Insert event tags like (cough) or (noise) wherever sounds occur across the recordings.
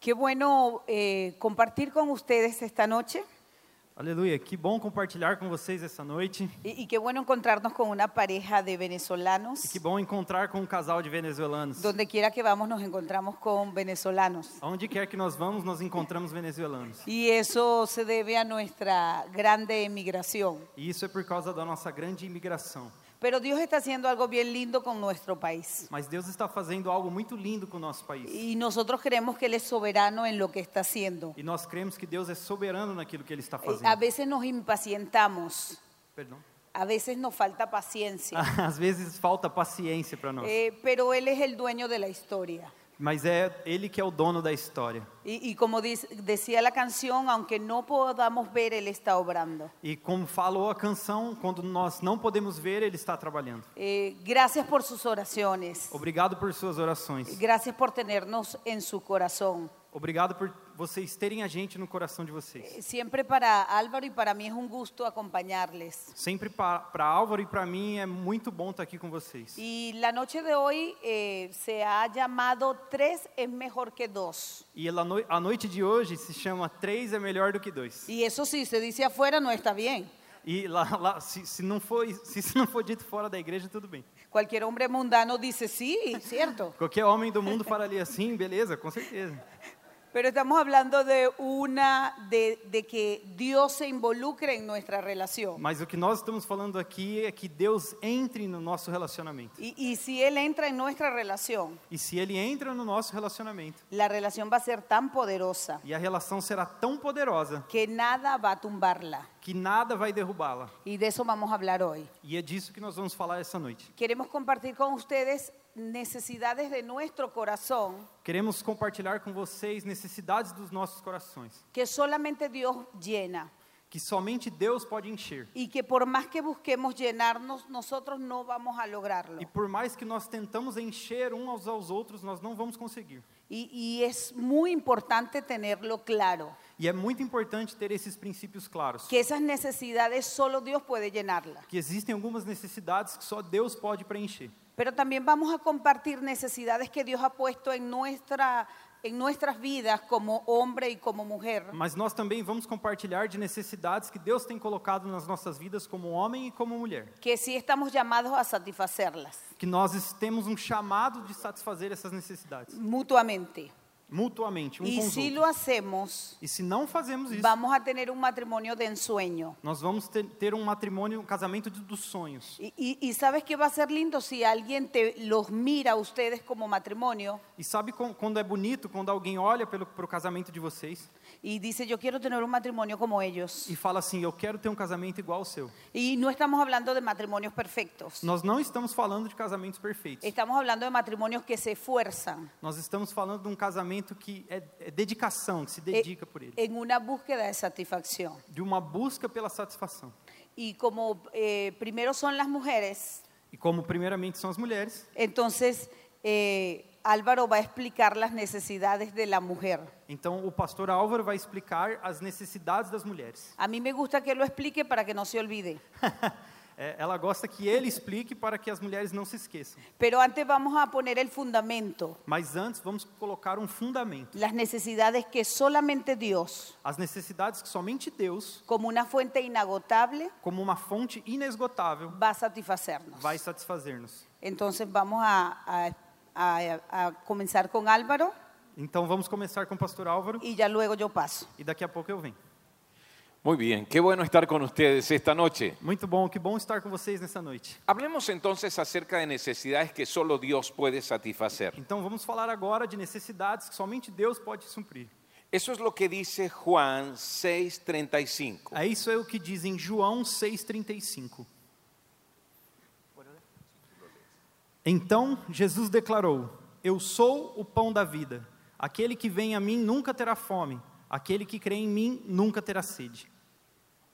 Qué bueno eh, compartir con ustedes esta noche Aleluia, que bom compartilhar com vocês essa noite. y, y qué bueno encontrarnos con una pareja de E venezolanos. que bom encontrar com um casal de venezuelanos. Donde quiera que vamos nos encontramos con venezolanos. Aonde quer que nós vamos, nós encontramos venezuelanos. Y eso se debe a nuestra grande emigración. E isso é por causa da nossa grande imigração. Pero Dios está haciendo algo bien lindo con nuestro país. Mas Deus está fazendo algo muito lindo com o nosso país. Y nosotros creemos que Él es soberano en lo que está haciendo. E nós cremos que Deus é soberano naquilo que Ele está Eh, A fazendo. veces nos impacientamos, Perdão. a veces nos falta paciencia, (laughs) Às vezes falta paciência para nós. Eh, pero Él es el dueño de la historia. Mas é Ele que é o dono da história. Y, y como dice- decía la canción, aunque no podamos ver, Él está obrando. E como falou a canção, quando nós não podemos ver, Ele está trabalhando. Eh, gracias por sus oraciones. Obrigado por suas orações. Gracias por tenernos en su corazón. Obrigado por vocês terem a gente no coração de vocês. Eh, Siempre para Álvaro y para mí es un gusto acompañarles. Sempre para Álvaro e para mim é muito bom estar aqui com vocês. E... Y la noche de hoy eh, se ha llamado Tres es mejor que dos. ela noi- a noite de hoje se chama Três é melhor do que dois. Y eso sí, se dice afuera, no está bien. E lá, lá se, se não for se isso não for dito fora da igreja tudo bem. Cualquier hombre mundano dice sí, cierto. Qualquer homem do mundo falaria assim, beleza, com certeza. Pero estamos hablando de una, de, de que Dios se involucre en nuestra relación. Mas o que nós estamos falando aqui é que Deus entre no nosso relacionamento. Y, y si Él entra en nuestra relación, E se Ele entra no nosso relacionamento, la relación va a ser tan poderosa e a relação será tão poderosa que nada va a tumbarla. que nada vai derrubá-la. Y de eso vamos a hablar hoy. E é disso que nós vamos falar essa noite. Queremos compartir con ustedes necesidades de nuestro corazón Queremos compartilhar com vocês necessidades dos nossos corações, que solamente Dios llena que somente Deus pode encher. y que por más que busquemos llenarnos, nosotros no vamos a E lograrlo. por mais que nós tentamos encher uns aos, aos outros, nós não vamos conseguir. Y, y es muy importante tenerlo claro, E é muito importante ter esses princípios claros, que esas necesidades solo Dios puede llenarlas. que existem algumas necessidades que só Deus pode preencher. Pero también vamos a compartir necesidades que Dios ha puesto en, nuestra, en nuestras vidas como hombre y como mujer, Mas nós também vamos compartilhar de necessidades que Deus tem colocado nas nossas vidas como homem e como mulher, que sí estamos llamados a satisfacerlas que nós es- temos um chamado de satisfazer essas necessidades mutuamente. mutuamente, um Y com os si outros. lo hacemos, E se não fazemos isso, vamos a tener un matrimonio de ensueño. Nós vamos ter, ter um matrimônio, um casamento de- dos sonhos. Y, y- y sabes que va a ser lindo si alguien te los mira a ustedes como matrimonio E sabe com- quando é bonito, quando alguém olha para o casamento de vocês y dice yo quiero tener un matrimonio como ellos. e fala assim: Eu quero ter um casamento igual ao seu. Y no estamos hablando de matrimonios perfectos. Nós não estamos falando de casamentos perfeitos. Estamos hablando de matrimonios que se esfuerzan Nós estamos falando de um casamento que é, é dedicação, que se eh, dedica por ele. en una búsqueda de satisfacción. De uma busca pela satisfação. Y como eh, primero son las mujeres, E como, primeiramente, são as mulheres, entonces eh, Álvaro va a explicar las necesidades de la mujer. então o pastor Álvaro vai explicar as necessidades das mulheres. (laughs) A mí me gusta que lo explique para que no se olvide. É, ela gosta que ele explique para que as mulheres não se esqueçam. Pero antes vamos a poner el fundamento. Mas antes, vamos colocar um fundamento. las necesidades que solamente Dios, as necessidades que somente Deus, como una fuente inagotable, como uma fonte inesgotável, va a satisfacernos. vai satisfazer-nos. Entonces vamos a, a- a- a comenzar con Álvaro Então vamos começar com o pastor Álvaro y ya luego yo paso. e daqui a pouco eu venho. Muy bien, qué bueno estar con ustedes esta noche. Muito bom, que bom estar com vocês nessa noite. Hablemos entonces acerca de necesidades que solo Dios puede satisfacer. Então vamos falar agora de necessidades que somente Deus pode suprir. Eso es lo que dice Juan 6:35. É isso é o que diz em João 6:35. Então Jesus declarou: Eu sou o pão da vida. Aquele que vem a mim nunca terá fome. Aquele que crê em mim nunca terá sede.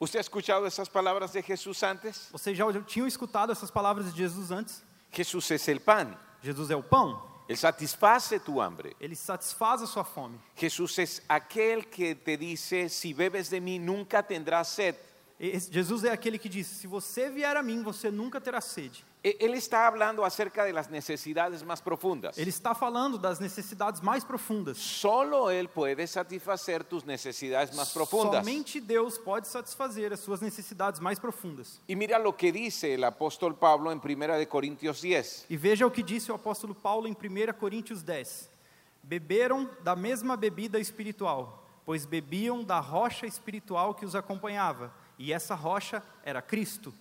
¿Usted ha escuchado esas palabras de Jesús antes? Vocês já tinham escutado essas palavras de Jesus antes? Jesús es el pan, Jesus é o pão, Él satisface tu hambre. ele satisfaz a sua fome. Jesús es aquel que te dice, si bebes de mí nunca tendrás sed. Esse- Jesus é aquele que disse: Se você vier a mim, você nunca terá sede. E- Él está hablando acerca de las necesidades más profundas. Ele está falando das necessidades mais profundas. Solo Él puede satisfacer tus necesidades más profundas. Somente Deus pode satisfazer as suas necessidades mais profundas. Y mira lo que dice el apóstol Pablo en Primera de Corintios 10. E veja o que disse o apóstolo Paulo em 1 Coríntios 10. Beberam da mesma bebida espiritual, pois bebiam da rocha espiritual que os acompanhava, e essa rocha era Cristo.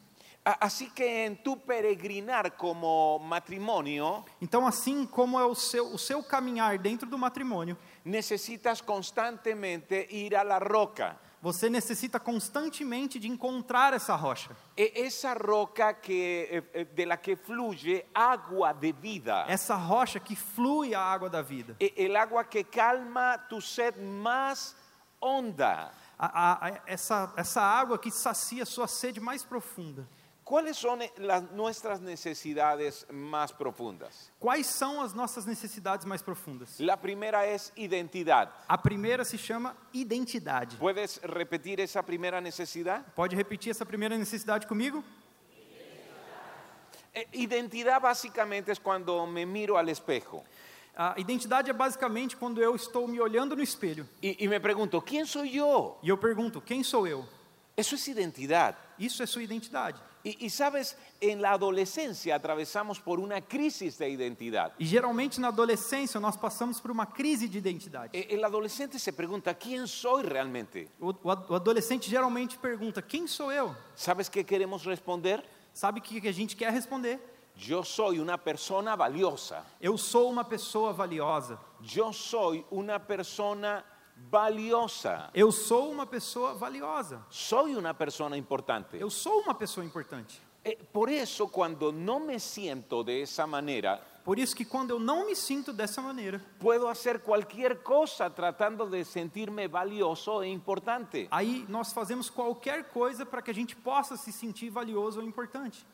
A- Así que en tu peregrinar como matrimonio, Então, assim como é o seu, o seu caminhar dentro do matrimônio, necesitas constantemente ir a la roca. você necessita constantemente de encontrar essa rocha, E- Esa roca que, eh, eh, de la que fluye agua de vida. essa rocha que flui a água da vida, E- El agua que calma tu sed más honda. a, a- a- essa, essa água que sacia sua sede mais profunda. ¿Cuáles son eh, las, nuestras necesidades más profundas? Quais são as nossas necessidades mais profundas? La primera es identidad. A primeira se chama identidade. ¿Puedes repetir esa primera necesidad? Pode repetir essa primeira necessidade comigo? Eh, Identidad básicamente es cuando me miro al espejo A identidade é basicamente quando eu estou me olhando no espelho y, y me pregunto, ¿quién soy yo? e eu pergunto: quem sou eu? Eso es identidad. Isso é sua identidade. Y, y sabes, en la adolescencia atravesamos por una crisis de identidad. E geralmente na adolescência nós passamos por uma crise de identidade. E- El adolescente se pregunta, ¿quién soy realmente? O, o ad- o adolescente geralmente pergunta: quem sou eu? ¿Sabes qué queremos responder? Sabe o que que a gente quer responder? Yo soy una persona valiosa. Eu sou uma pessoa valiosa. Yo soy una persona valiosa. Eu sou uma pessoa valiosa. Soy una persona importante. Eu sou uma pessoa importante. Eh, por eso cuando no me siento de esa manera, Por isso que quando eu não me sinto dessa maneira, Puedo hacer cualquier cosa tratando de sentirme valioso e importante. Aí nós fazemos qualquer coisa para que a gente possa se sentir valioso ou importante.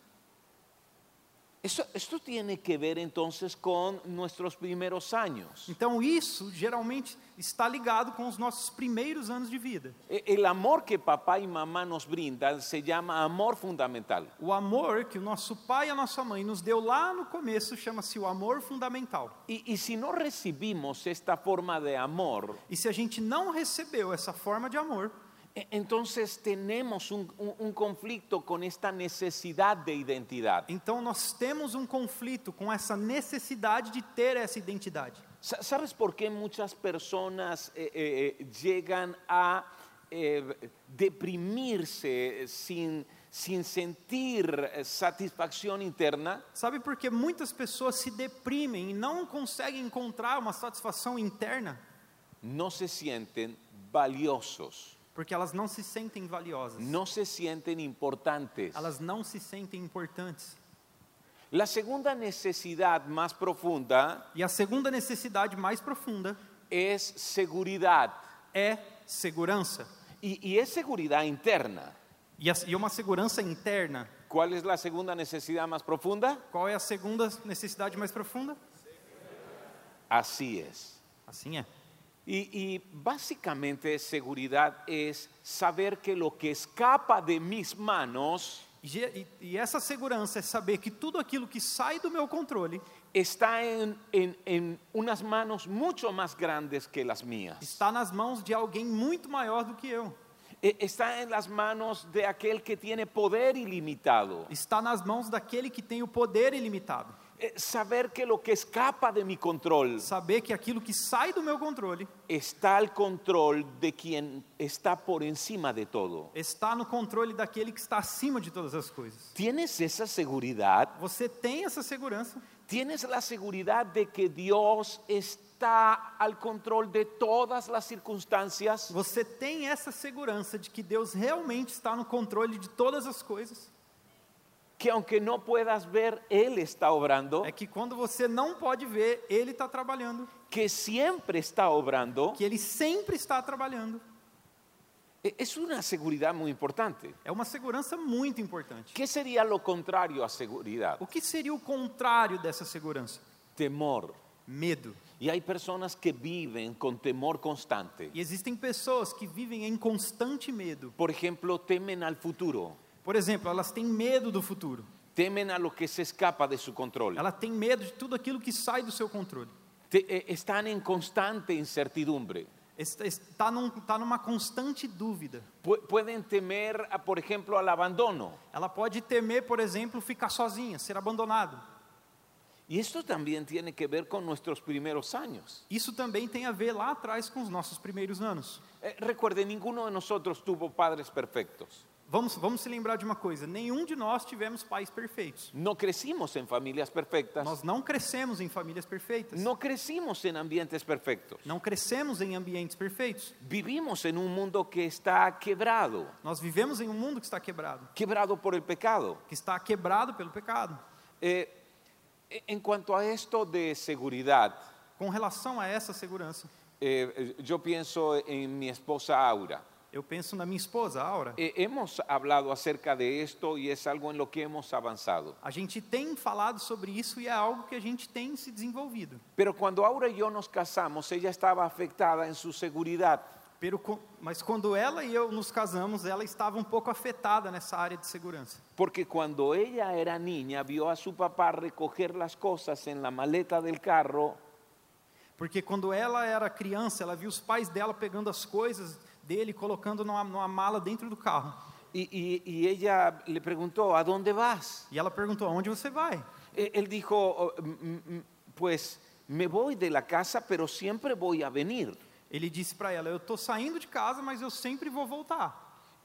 Esto, esto tiene que ver entonces con nuestros primeros años. Então isso geralmente está ligado com os nossos primeiros anos de vida. E- El amor que papá y mamá nos brindan se llama amor fundamental. O amor que o nosso pai e a nossa mãe nos deu lá no começo chama-se o amor fundamental. Y, y si no recibimos esta forma de amor, E se a gente não recebeu essa forma de amor, e- entonces tenemos un- un- un conflicto con esta necesidad de identidad. então nós temos um conflito com essa necessidade de ter essa identidade. Sa- ¿Sabes por qué muchas personas eh, eh, eh, llegan a eh, deprimirse sin, sin sentir eh, satisfacción interna? Sabe por que muitas pessoas se deprimem e não conseguem encontrar uma satisfação interna? No se sienten valiosos, Porque elas não se sentem valiosas. no se sienten importantes. Elas não se sentem importantes. La segunda necesidad más profunda E a segunda necessidade mais profunda es seguridad é segurança. y, y es seguridad interna. E, as- e uma segurança interna. ¿Cuál es la segunda necesidad más profunda? Qual é a segunda necessidade mais profunda? Así es. Assim é. Y, y básicamente seguridad es saber que lo que escapa de mis manos E, ge- e- e essa segurança é saber que tudo aquilo que sai do meu controle está en, en- en unas manos mucho más grandes que las mías. está nas mãos de alguém muito maior do que eu. E- Está en las manos de aquel que tiene poder ilimitado. Está nas mãos daquele que tem o poder ilimitado. Eh, Saber que lo que escapa de mi control Saber que aquilo que sai do meu controle está al control de quien está por encima de todo. está no controle daquele que está acima de todas as coisas. ¿Tienes esa seguridad? Você tem essa segurança Tienes la seguridad de que Dios está al control de todas las circunstancias. Você tem essa segurança de que Deus realmente está no controle de todas as coisas. Que aunque no puedas ver, Él está obrando. É que quando você não pode ver, Ele está trabalhando. Que siempre está obrando. Que Ele sempre está trabalhando. E- Es una seguridad muy importante. É uma segurança muito importante. ¿Qué sería lo contrario a seguridad? O que seria o contrário dessa segurança? Temor. Medo. Y hay personas que viven con temor constante. E existem pessoas que vivem em constante medo. Por ejemplo, temen al futuro, Por exemplo, elas têm medo do futuro. temen a lo que se escapa de su control. Ela tem medo de tudo aquilo que sai do seu controle. Te- eh, están en constante incertidumbre. Está, está, tá num, está numa constante dúvida. Pu- pueden temer, a, por ejemplo, al abandono. Ela pode temer, por exemplo, ficar sozinha, ser abandonada. Y esto también tiene que ver con nuestros primeros años. Isso também tem a ver lá atrás com os nossos primeiros anos. Eh, recuerde, ninguno de nosotros tuvo padres perfectos. Vamos, vamos se lembrar de uma coisa: nenhum de nós tivemos pais perfeitos. No crecimos en familias perfectas. Nós não crescemos em famílias perfeitas. Tá. No crecimos en ambientes perfectos. Não crescemos em ambientes perfeitos. Vivimos en un mundo que está quebrado, Nós vivemos em um mundo que está quebrado, quebrado por el pecado. que está quebrado pelo pecado. Eh, en cuanto a esto de seguridad, Com relação a essa segurança, eh, yo pienso en mi esposa Aura. eu penso na minha esposa, a Aura. Eh, hemos hablado acerca de esto y es algo en lo que hemos avanzado. A gente tem falado sobre isso e é algo que a gente tem se desenvolvido. Pero cuando Aura y yo nos casamos, ella estaba afectada en su seguridad. Pero co- Mas quando ela e eu nos casamos, ela estava um pouco afetada nessa área de segurança. Porque cuando ella era niña, vio a su papá recoger las cosas en la maleta del carro Porque quando ela era criança, ela viu os pais dela pegando as coisas dele e colocando numa, numa mala dentro do carro. y, y- y ella le preguntó, ¿a dónde vas? E ela perguntou: Aonde você vai? E- Él dijo, "Oh, mm, mm, pues me voy de la casa, pero siempre voy a venir. Ele disse para ela: Eu estou saindo de casa, mas eu sempre vou voltar.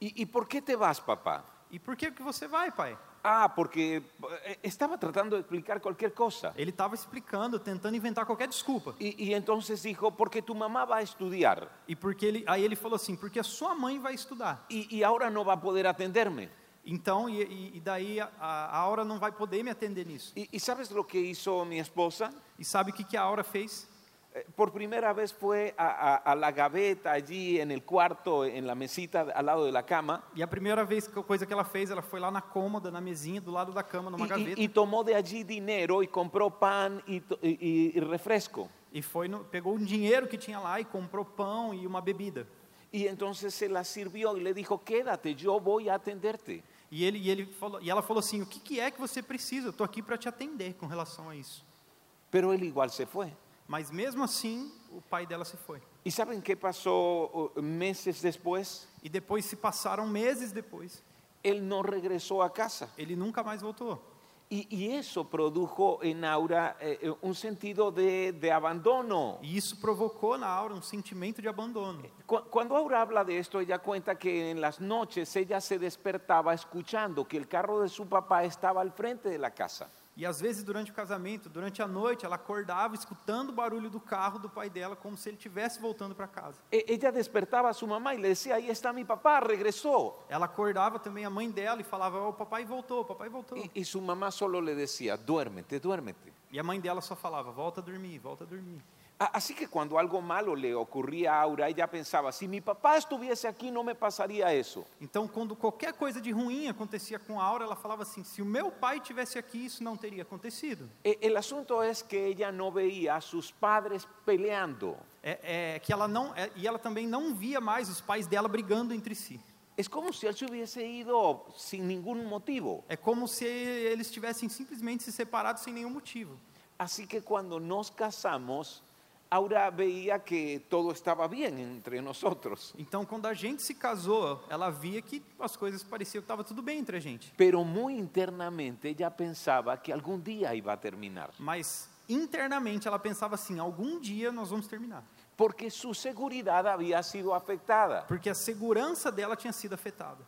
¿Y, y por qué te vas, papá? E por que, que você vai, pai? Ah, porque eh, estaba tratando de explicar cualquier cosa. Ele estava explicando, tentando inventar qualquer desculpa. Y, y entonces dijo, porque tu mamá va a estudiar E porque ele, aí ele falou assim: Porque a sua mãe vai estudar. y, y ahora no va a poder atenderme. Então, e, e- e daí a, a Aura não vai poder me atender nisso. ¿Y, y sabes lo que hizo mi esposa? E sabe o que, que a Aura fez? Eh, Por primera vez fue a, a- a la gaveta allí en el cuarto, en la mesita al lado de la cama, E a primeira vez que coisa que ela fez, ela foi lá na cômoda, na mesinha, do lado da cama, y, numa y- gaveta. y tomó de allí dinero y compró pan y, to- y- y refresco. E foi no, pegou um dinheiro que tinha lá e comprou pão e uma bebida. Y entonces se la sirvió y le dijo, quédate, yo voy a atenderte. E, ele, e, ele falou, e ela falou assim: O que, que é que você precisa? Eu estou aqui para te atender com relação a isso. Pero él igual se fue. Mas mesmo assim, o pai dela se foi. ¿Y saben qué pasó eh, meses después? E depois se passaram meses depois. Él no regresó a casa. Ele nunca mais voltou. Y, y eso produjo en Aura eh, eh, un sentido de, de abandono. E isso provocou na Aura um sentimento de abandono. Cu- Cuando Aura habla de esto, ella cuenta que en las noches ella se despertaba escuchando que el carro de su papá estaba al frente de la casa. E às vezes durante o casamento, durante a noite, ela acordava escutando o barulho do carro do pai dela, como se ele estivesse voltando para casa. E- ella despertaba a su mamá y le decía, ahí está mi papá, regresó. Ela acordava também a mãe dela e falava: "Ó, O papai voltou, o papai voltou. Y, y su mamá solo le decía, duérmete, duérmete. E a mãe dela só falava: Volta a dormir, volta a dormir. A- Así que cuando algo malo le ocurría a Aura, ella pensaba, si mi papá estuviese aquí no me pasaría eso. Então, quando qualquer coisa de ruim acontecia com a Aura, ela falava assim: Se o meu pai tivesse aqui, isso não teria acontecido. E- El asunto es que ella no veía a sus padres peleando. É, é que ela não, é, e ela também não via mais os pais dela brigando entre si. Es como si él se hubiese ido sin ningún motivo. É como se eles tivessem simplesmente se separado sem nenhum motivo. Así que cuando nos casamos, Aura veía que todo estaba bien entre nosotros. Então, quando a gente se casou, ela via que as coisas pareciam que estava tudo bem entre a gente. Pero muy internamente ella pensaba que algún día iba a terminar. Mas internamente ela pensava assim: algum dia nós vamos terminar. Porque su seguridad había sido afectada. Porque a segurança dela tinha sido afetada.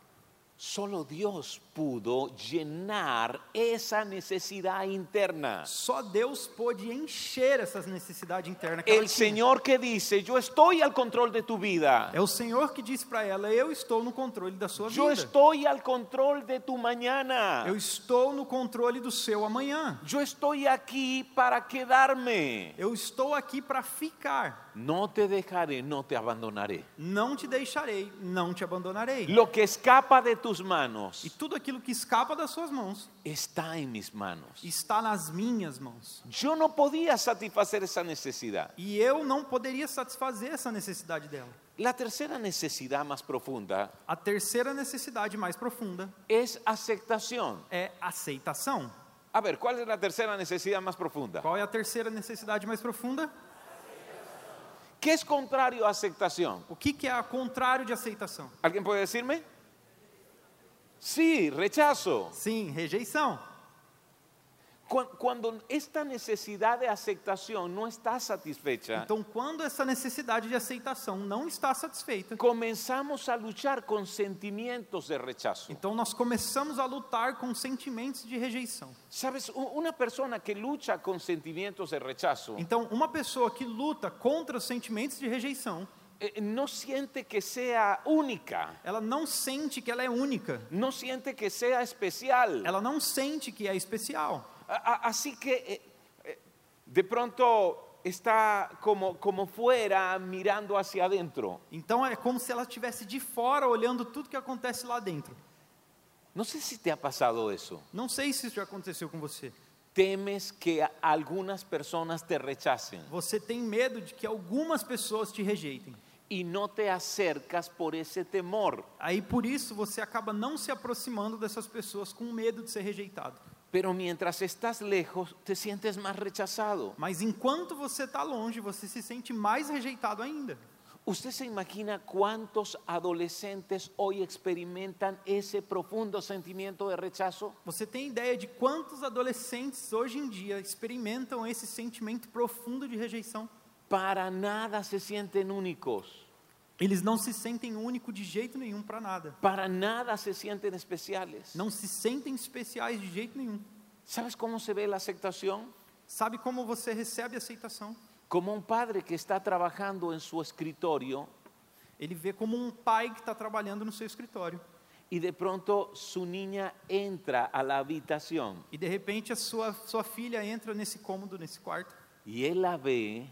Solo Dios pudo llenar essa necessidad interna. Só Deus pôde encher essas necessidades internas que ela El tinha. Señor que dice, yo estoy al control de tu vida. É o Senhor que disse para ela: Eu estou no controle da sua Yo vida. estoy al control de tu mañana. Eu estou no controle do seu amanhã. Yo estoy aquí para quedarme. Eu estou aqui para ficar. no te dejaré, no te abandonaré. Não te deixarei, não te abandonarei. Lo que escapa de tus E manos tudo aquilo que escapa das suas mãos está en mis manos. está nas minhas mãos. Yo no podía satisfacer esa necesidad. E eu não poderia satisfazer essa necessidade dela. La tercera necesidad más profunda A terceira necessidade mais profunda es aceptación. é aceitação. A ver, ¿cuál es la tercera necesidad más profunda? Qual é a terceira necessidade mais profunda? ¿Qué es contrario a aceptación? O que, que é o contrário de aceitação? ¿Alguien puede decirme? Sí, rechazo. Sim, rejeição. Cu- Cuando esta necesidad de aceptación no está satisfecha, Então, quando essa necessidade de aceitação não está satisfeita, comenzamos a luchar con sentimientos de rechazo. então nós começamos a lutar com sentimentos de rejeição. Sabes, U- una persona que lucha con sentimientos de rechazo Então, uma pessoa que luta contra os sentimentos de rejeição, eh, no siente que sea única, ela não sente que ela é única. no siente que sea especial. Ela não sente que é especial. A- a- Así que eh, eh, de pronto está como, como fuera mirando hacia adentro. Então, é como se ela estivesse de fora olhando tudo que acontece lá dentro. No sé si te ha pasado eso. Não sei se isso já aconteceu com você. Temes que a- algunas personas te rechacen Você tem medo de que algumas pessoas te rejeitem. y no te acercas por ese temor. Aí por isso você acaba não se aproximando dessas pessoas com medo de ser rejeitado. Pero mientras estás lejos te sientes más rechazado. Mas enquanto você está longe, você se sente mais rejeitado ainda. ¿Usted se imagina cuántos adolescentes hoy experimentan ese profundo sentimiento de rechazo? Você tem ideia de quantos adolescentes hoje em dia experimentam esse sentimento profundo de rejeição? Para nada se sienten únicos. Eles não se sentem único de jeito nenhum para nada. Para nada se sienten especiales. Não se sentem especiais de jeito nenhum. ¿Sabes cómo se ve la aceptación? Sabe como você recebe aceitação? Como un padre que está trabajando en su escritorio Ele vê como um pai que está trabalhando no seu escritório y de pronto su niña entra a la habitación e de repente a sua, sua filha entra nesse cômodo, nesse quarto, y él la ve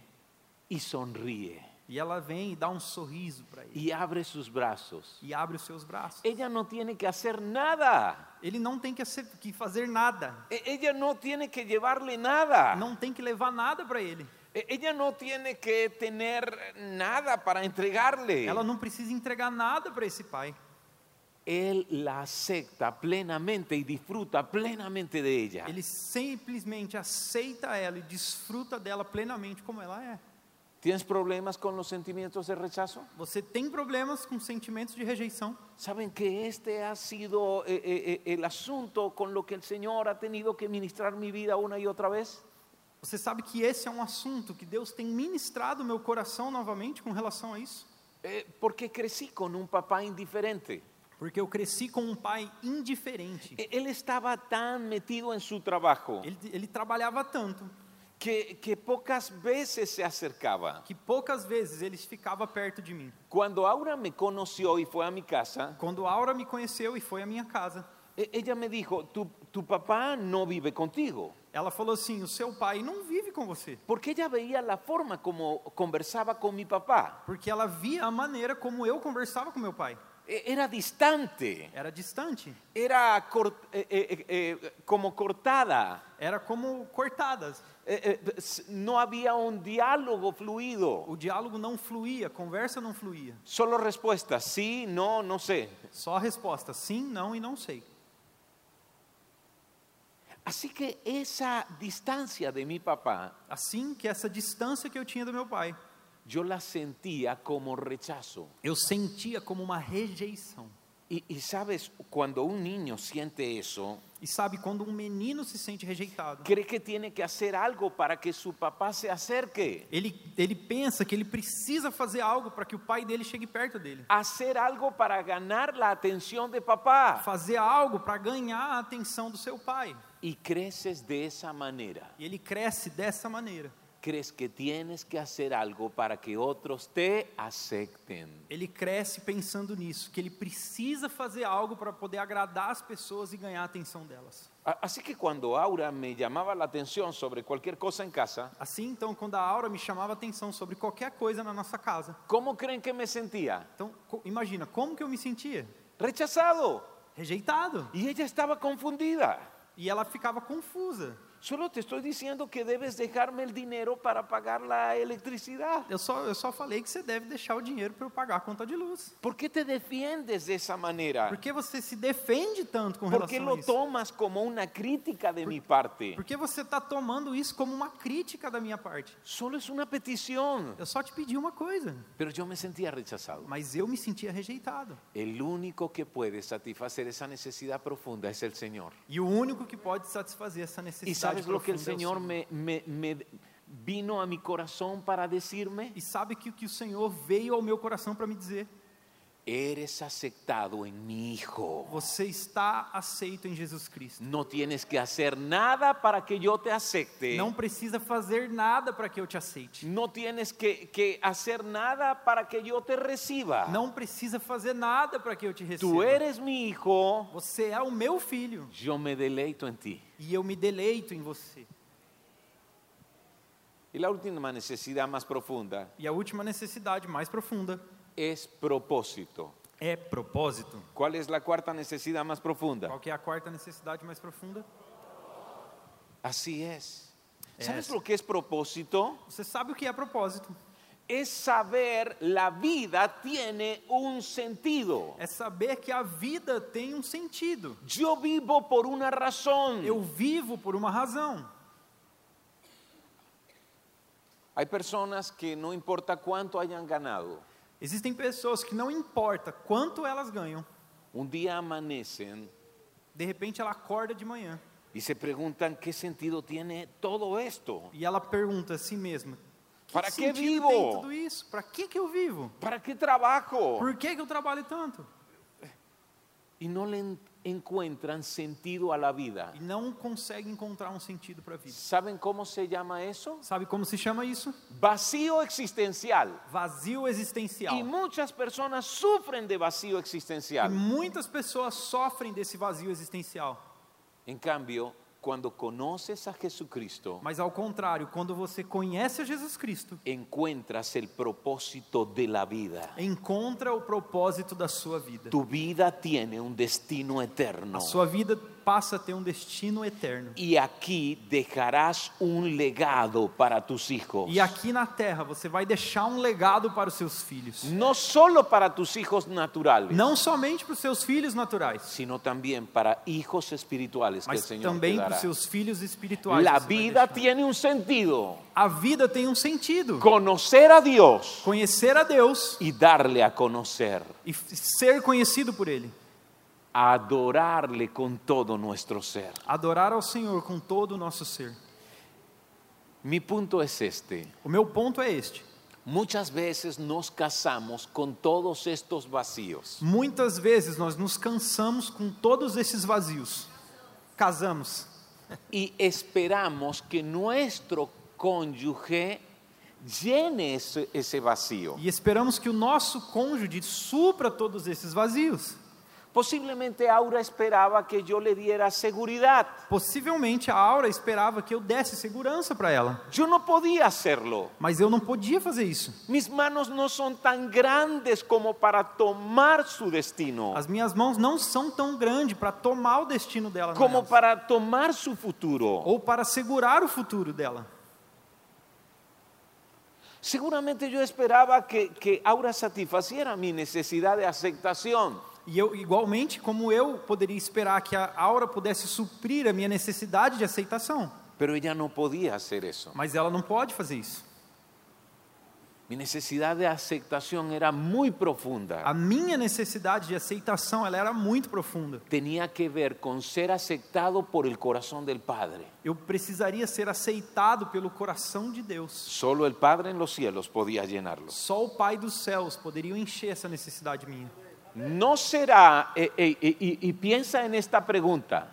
y sonríe e ela vem e dá um sorriso para ele y abre sus brazos. e abre os seus braços. Ella no tiene que hacer nada. Ele não tem que, ace- que fazer nada, E- Ella no tiene que llevarle nada. não tem que levar nada para ele. E- Ella no tiene que tener nada para entregarle. Ela não precisa entregar nada para esse pai. Él la acepta plenamente y disfruta plenamente de ella. Ele simplesmente aceita ela e desfruta dela plenamente como ela é. ¿Tienes problemas con los sentimientos de rechazo? Você tem problemas com sentimentos de rejeição? Saben que este ha sido eh, eh, eh, el asunto con lo que el Señor ha tenido que ministrar mi vida una y otra vez. Você sabe que esse é um assunto que Deus tem ministrado meu coração novamente com relação a isso? Eh, porque crecí con un papá indiferente. Porque eu cresci com um pai indiferente. E- Él estaba tan metido en su trabajo Ele, ele trabalhava tanto que, que pocas veces se acercava. que poucas vezes ele ficava perto de mim. Cuando Aura me conoció y fue a mi casa, Quando Aura me conheceu e foi à minha casa, e- ella me dijo, tu, tu papá no vive contigo. ela falou assim: O seu pai não vive com você. Porque ella veía la forma como conversaba con mi papá. Porque ela via a maneira como eu conversava com meu pai. E- Era distante. Era distante, era cor- eh, eh, eh, como cortada, era como cortadas. Eh, eh, s- no había un diálogo fluido, O diálogo não fluía, a conversa não fluía. solo respuestas, sí, no, no sé. Só a resposta: sim, não e não sei. Así que esa distancia de mi papá, Assim que essa distância que eu tinha do meu pai, yo la sentía como rechazo. eu sentia como uma rejeição. Y, y sabes, cuando un niño siente eso, E sabe, quando um menino se sente rejeitado, cree que tiene que hacer algo para que su papá se acerque, ele, ele pensa que ele precisa fazer algo para que o pai dele chegue perto dele. hacer algo para ganar la atención de papá. Fazer algo para ganhar a atenção do seu pai. Y creces de esa manera. E ele cresce dessa maneira. crees que tienes que hacer algo para que otros te acepten. Ele cresce pensando nisso, que ele precisa fazer algo para poder agradar as pessoas e ganhar a atenção delas. A- Así que cuando Aura me llamaba la atención sobre cualquier cosa en casa, Assim, então, quando a Aura me chamava a atenção sobre qualquer coisa na nossa casa, ¿cómo creen que me sentía? então co- imagina como que eu me sentia? Rechazado. Rejeitado. Y ella estaba confundida. E ela ficava confusa. Solo te estoy diciendo que debes dejarme el dinero para pagar la electricidad. Eu só, eu só falei que você deve deixar o dinheiro para eu pagar a conta de luz. ¿Por qué te defiendes de esa manera? Por que você se defende tanto com ¿Por qué relação a lo isso? tomas como una crítica de mi parte? Por que você está tomando isso como uma crítica da minha parte? Solo es una petición. Eu só te pedi uma coisa, Pero yo me sentía rechazado. mas eu me sentia rejeitado. El único que puede satisfacer esa necesidad profunda es el Señor. E o único que pode satisfazer essa necessidade ¿Y sabes lo que el profunda é o Señor Senhor. me, me- me vino a mi corazón para decirme? E sabe que o que o Senhor veio ao meu coração para me dizer? Eres aceptado en mi Hijo. Você está aceito em Jesus Cristo. No tienes que hacer nada para que yo te acepte. Não precisa fazer nada para que eu te aceite. No tienes que, que hacer nada para que yo te reciba. Não precisa fazer nada para que eu te receba. Tú eres mi hijo, Você é o meu filho yo me deleito en ti. e eu me deleito em você. Y la última necesidad más profunda E a última necessidade mais profunda es propósito. é propósito. ¿Cuál es la cuarta necesidad más profunda? Qual que é a quarta necessidade mais profunda? Así es. Es. ¿Sabes lo que es propósito? Você sabe o que é propósito? Es saber la vida tiene un sentido. É saber que a vida tem um sentido. Yo vivo por una razón. Eu vivo por uma razão. Hay personas que no importa cuánto hayan ganado, Existem pessoas que não importa quanto elas ganham, un día amanecen de repente ela acorda de manhã Y se preguntan qué sentido tiene todo esto. e ela pergunta a si mesma: que Para que sentido vivo? tem tudo isso? Para que que eu vivo? ¿Para qué trabajo? Por que que eu trabalho tanto? Y no le en- encuentran sentido a la vida. E não consegue encontrar um sentido para a vida. ¿Saben cómo se llama eso? Sabe como se chama isso? Vacío existencial. Vazio existencial. Y muchas personas sufren de vacío E existencial. muitas pessoas sofrem desse vazio existencial. En cambio, cuando conoces a Jesucristo, Mas ao contrário, quando você conhece a Jesus Cristo, encuentras el propósito de la vida. encontra o propósito da sua vida. Tu vida tiene un destino eterno. A sua vida passa a ter um destino eterno. Y aquí dejarás un legado para tus hijos. E aqui na terra você vai deixar um legado para os seus filhos. no solo para tus hijos naturales, Não somente para os seus filhos naturais, sino también para hijos espirituales que el mas Señor também te para dará. os seus filhos espirituais. La você vai vida deixar. tiene un sentido, A vida tem um sentido. conocer a Dios Conhecer a Deus y darle a conocer, e f- ser conhecido por Ele. adorarle con todo nuestro ser. Adorar ao Senhor com todo o nosso ser. Mi punto es este, O meu ponto é este. muchas veces nos casamos con todos estos vacíos, Muitas vezes nós nos cansamos com todos esses vazios. Casamos y esperamos que nuestro cónyuge llene ese, ese vacío. e esperamos que o nosso cônjuge supra todos esses vazios. Posiblemente Aura esperaba que yo le diera seguridad. Possivelmente a Aura esperava que eu desse segurança para ela, Yo no podía hacerlo. mas eu não podia fazer isso. Mis manos no son tan grandes como para tomar su destino, As minhas mãos não são tão grandes para tomar o destino dela, na como real, para tomar su futuro. ou para segurar o futuro dela. Seguramente yo esperaba que, que Aura satisfaciera mi necesidad de aceptación. E eu, igualmente, como eu poderia esperar que a Aura pudesse suprir a minha necessidade de aceitação, Pero ella no podía hacer eso. mas ela não pode fazer isso. Mi necesidad de aceptación era muy profunda. A minha necessidade de aceitação, ela era muito profunda. Tenía que ver con ser aceptado por el corazón del Padre. Eu precisaria ser aceitado pelo coração de Deus. Solo el Padre en los cielos podía llenarlo. Só o Pai dos céus poderia encher essa necessidade minha. No será, eh, eh, y, y- y piensa en esta pregunta,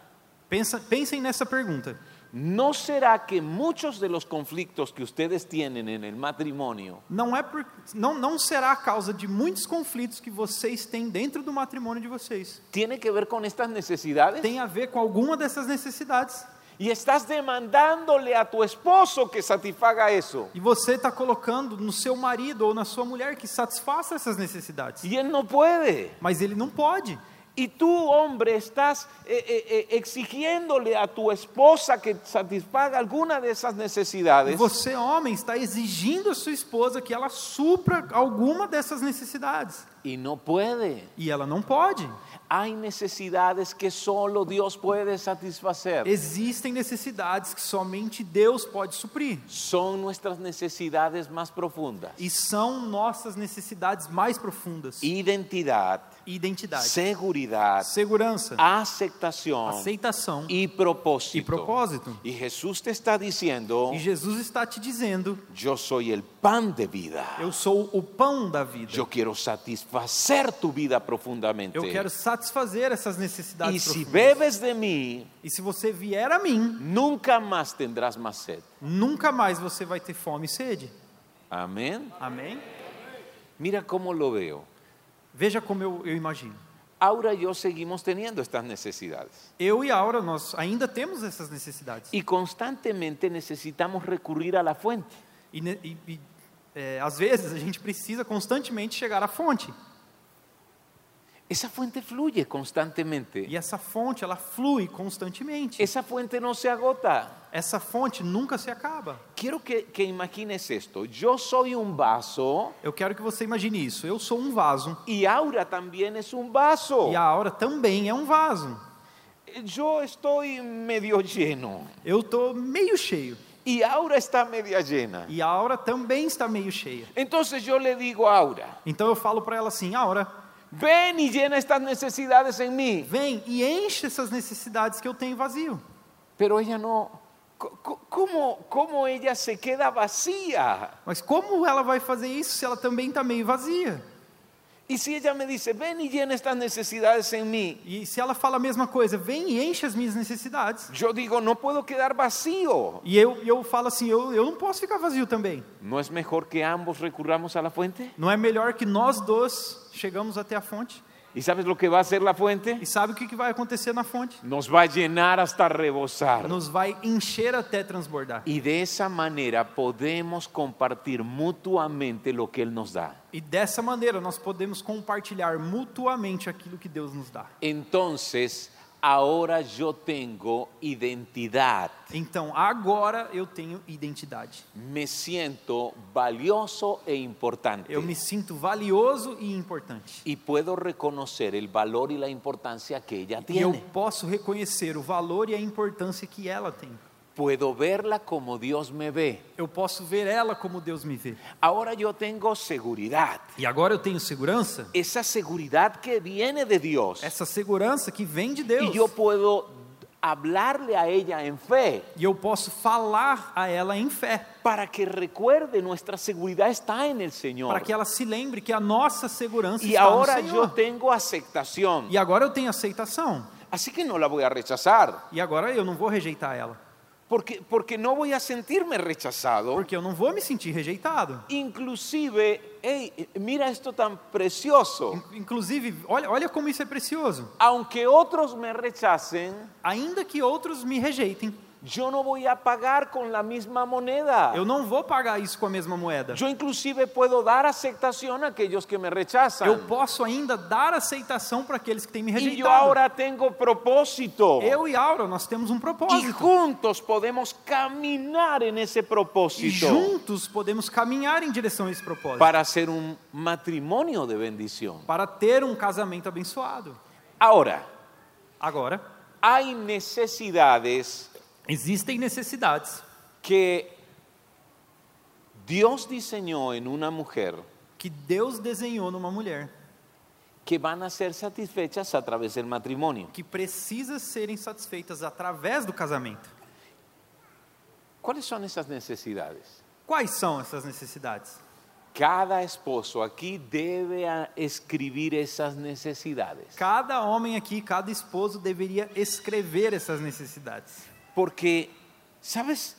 Pensa, pensem nessa pergunta. ¿no será que muchos de los conflictos que ustedes tienen en el matrimonio Não, é por, não, não será a causa de muitos conflitos que vocês têm dentro do matrimônio de vocês. tiene que ver con estas necesidades? Tem a ver com alguma dessas necessidades. Y estás demandándole a tu esposo que satisfaga eso. E você está colocando no seu marido ou na sua mulher que satisfaça essas necessidades. Y él no puede. Mas ele não pode. Y tú, hombre, estás eh, eh, eh, exigiéndole a tu esposa que satisfaga alguna de esas E necesidades. você, homem, está exigindo a sua esposa que ela supra alguma dessas necessidades. Y no puede. E ela não pode. Hay necesidades que solo Dios puede satisfacer. Existem necessidades que somente Deus pode suprir. Son nuestras necesidades más profundas. E são nossas necessidades mais profundas: Identidad, identidade, seguridad, segurança, Ah, aceptación aceitação. y propósito. Y propósito. Y Jesús te está diciendo, E Jesus está te dizendo: yo soy el pan de vida. Eu sou o pão da vida. Yo quiero satisfacer tu vida profundamente. Eu quero satisfazer essas y necessidades si profundas. bebes de mí, E se você vier a mim, nunca más tendrás más sed. nunca mais você vai ter fome e sede. Amén. Amém? Mira cómo lo veo. Veja como eu, eu imagino. Ahora yo seguimos teniendo estas necesidades Eu e Aura, nós ainda temos essas necessidades. y constantemente necesitamos recurrir a la fuente. E, ne- e- e, é, às vezes a gente precisa constantemente chegar à fonte. Esa fuente fluye constantemente. E essa fonte, ela flui constantemente. Esa fuente no se agota. Essa fonte nunca se acaba. Quiero que, que imagines esto. Yo soy un vaso Eu quero que você imagine isso. Eu sou um vaso. y Aura también es un vaso. E a Aura também é um vaso. Yo estoy medio lleno Eu tô meio cheio. y Aura está media llena. E a Aura também está meio cheia. Entonces yo le digo a Aura, Então eu falo para ela assim: Aura, ven y llena estas necesidades en mí. vem e enche essas necessidades que eu tenho vazio. Pero ella no, co- co- ¿cómo, cómo ella se queda vacía? Mas como ela vai fazer isso se ela também está meio vazia? Y si ella me dice, ven y llena estas necesidades en mim, E se ela fala a mesma coisa, vem e enche as minhas necessidades. yo digo, no puedo quedar vacío. E eu, e eu falo assim, eu, eu não posso ficar vazio também. ¿No es mejor que ambos recurramos a la fuente? Não é melhor que nós dois chegamos até a fonte? ¿Y sabes lo que va a hacer la fuente? E sabe o que, que vai acontecer na fonte? Nos va a llenar hasta rebosar. Nos vai encher até transbordar. Y de esa manera podemos compartir mutuamente lo que Él nos da. E dessa maneira nós podemos compartilhar mutuamente aquilo que Deus nos dá. Entonces, ahora yo tengo identidad. Então, agora eu tenho identidade. Me siento valioso e importante. Eu me sinto valioso e importante. Y puedo reconocer el valor y la importancia que ella E eu tiene. posso reconhecer o valor e a importância que ela tem. Puedo verla como Dios me ve. Eu posso ver ela como Deus me vê. Ahora yo tengo seguridad. E agora eu tenho segurança? Esa seguridad que viene de Dios. Essa segurança que vem de Y Deus. yo puedo hablarle a ella en fe. E eu posso falar a ela em fé, para que recuerde nuestra seguridad está en el Señor. para que ela se lembre que a nossa segurança y está no ahora yo Senhor. tengo aceptación, E agora eu tenho aceitação. así que no la voy a rechazar, E agora eu não vou rejeitar ela, porque, porque no voy a sentirme rechazado. porque eu não vou me sentir rejeitado. Inclusive, hey, mira esto tan precioso, In- Inclusive, olha, olha como isso é precioso. aunque otros me rechacen, Ainda que outros me rejeitem, yo no voy a pagar con la misma moneda. eu não vou pagar isso com a mesma moeda. Yo inclusive puedo dar aceptación a aquellos que me rechazan. Eu posso ainda dar aceitação para aqueles que têm me y yo rejeitado. ahora tengo propósito. Eu e Aura, nós temos um Y propósito. juntos podemos caminar en ese E propósito juntos podemos caminhar em direção a esse propósito. Para, para ser un matrimonio de bendición. ter um casamento abençoado. Ahora, Agora, hay necesidades existem necessidades que Dios diseñó en una mujer que Deus desenhou numa mulher que van a ser satisfechas a través del matrimonio. que precisa serem satisfeitas através do casamento. ¿Cuáles son esas necesidades? Quais são essas necessidades? Cada esposo aquí debe a- escribir esas necesidades. Cada homem aqui, cada esposo deveria escrever essas necessidades, Porque ¿Sabes?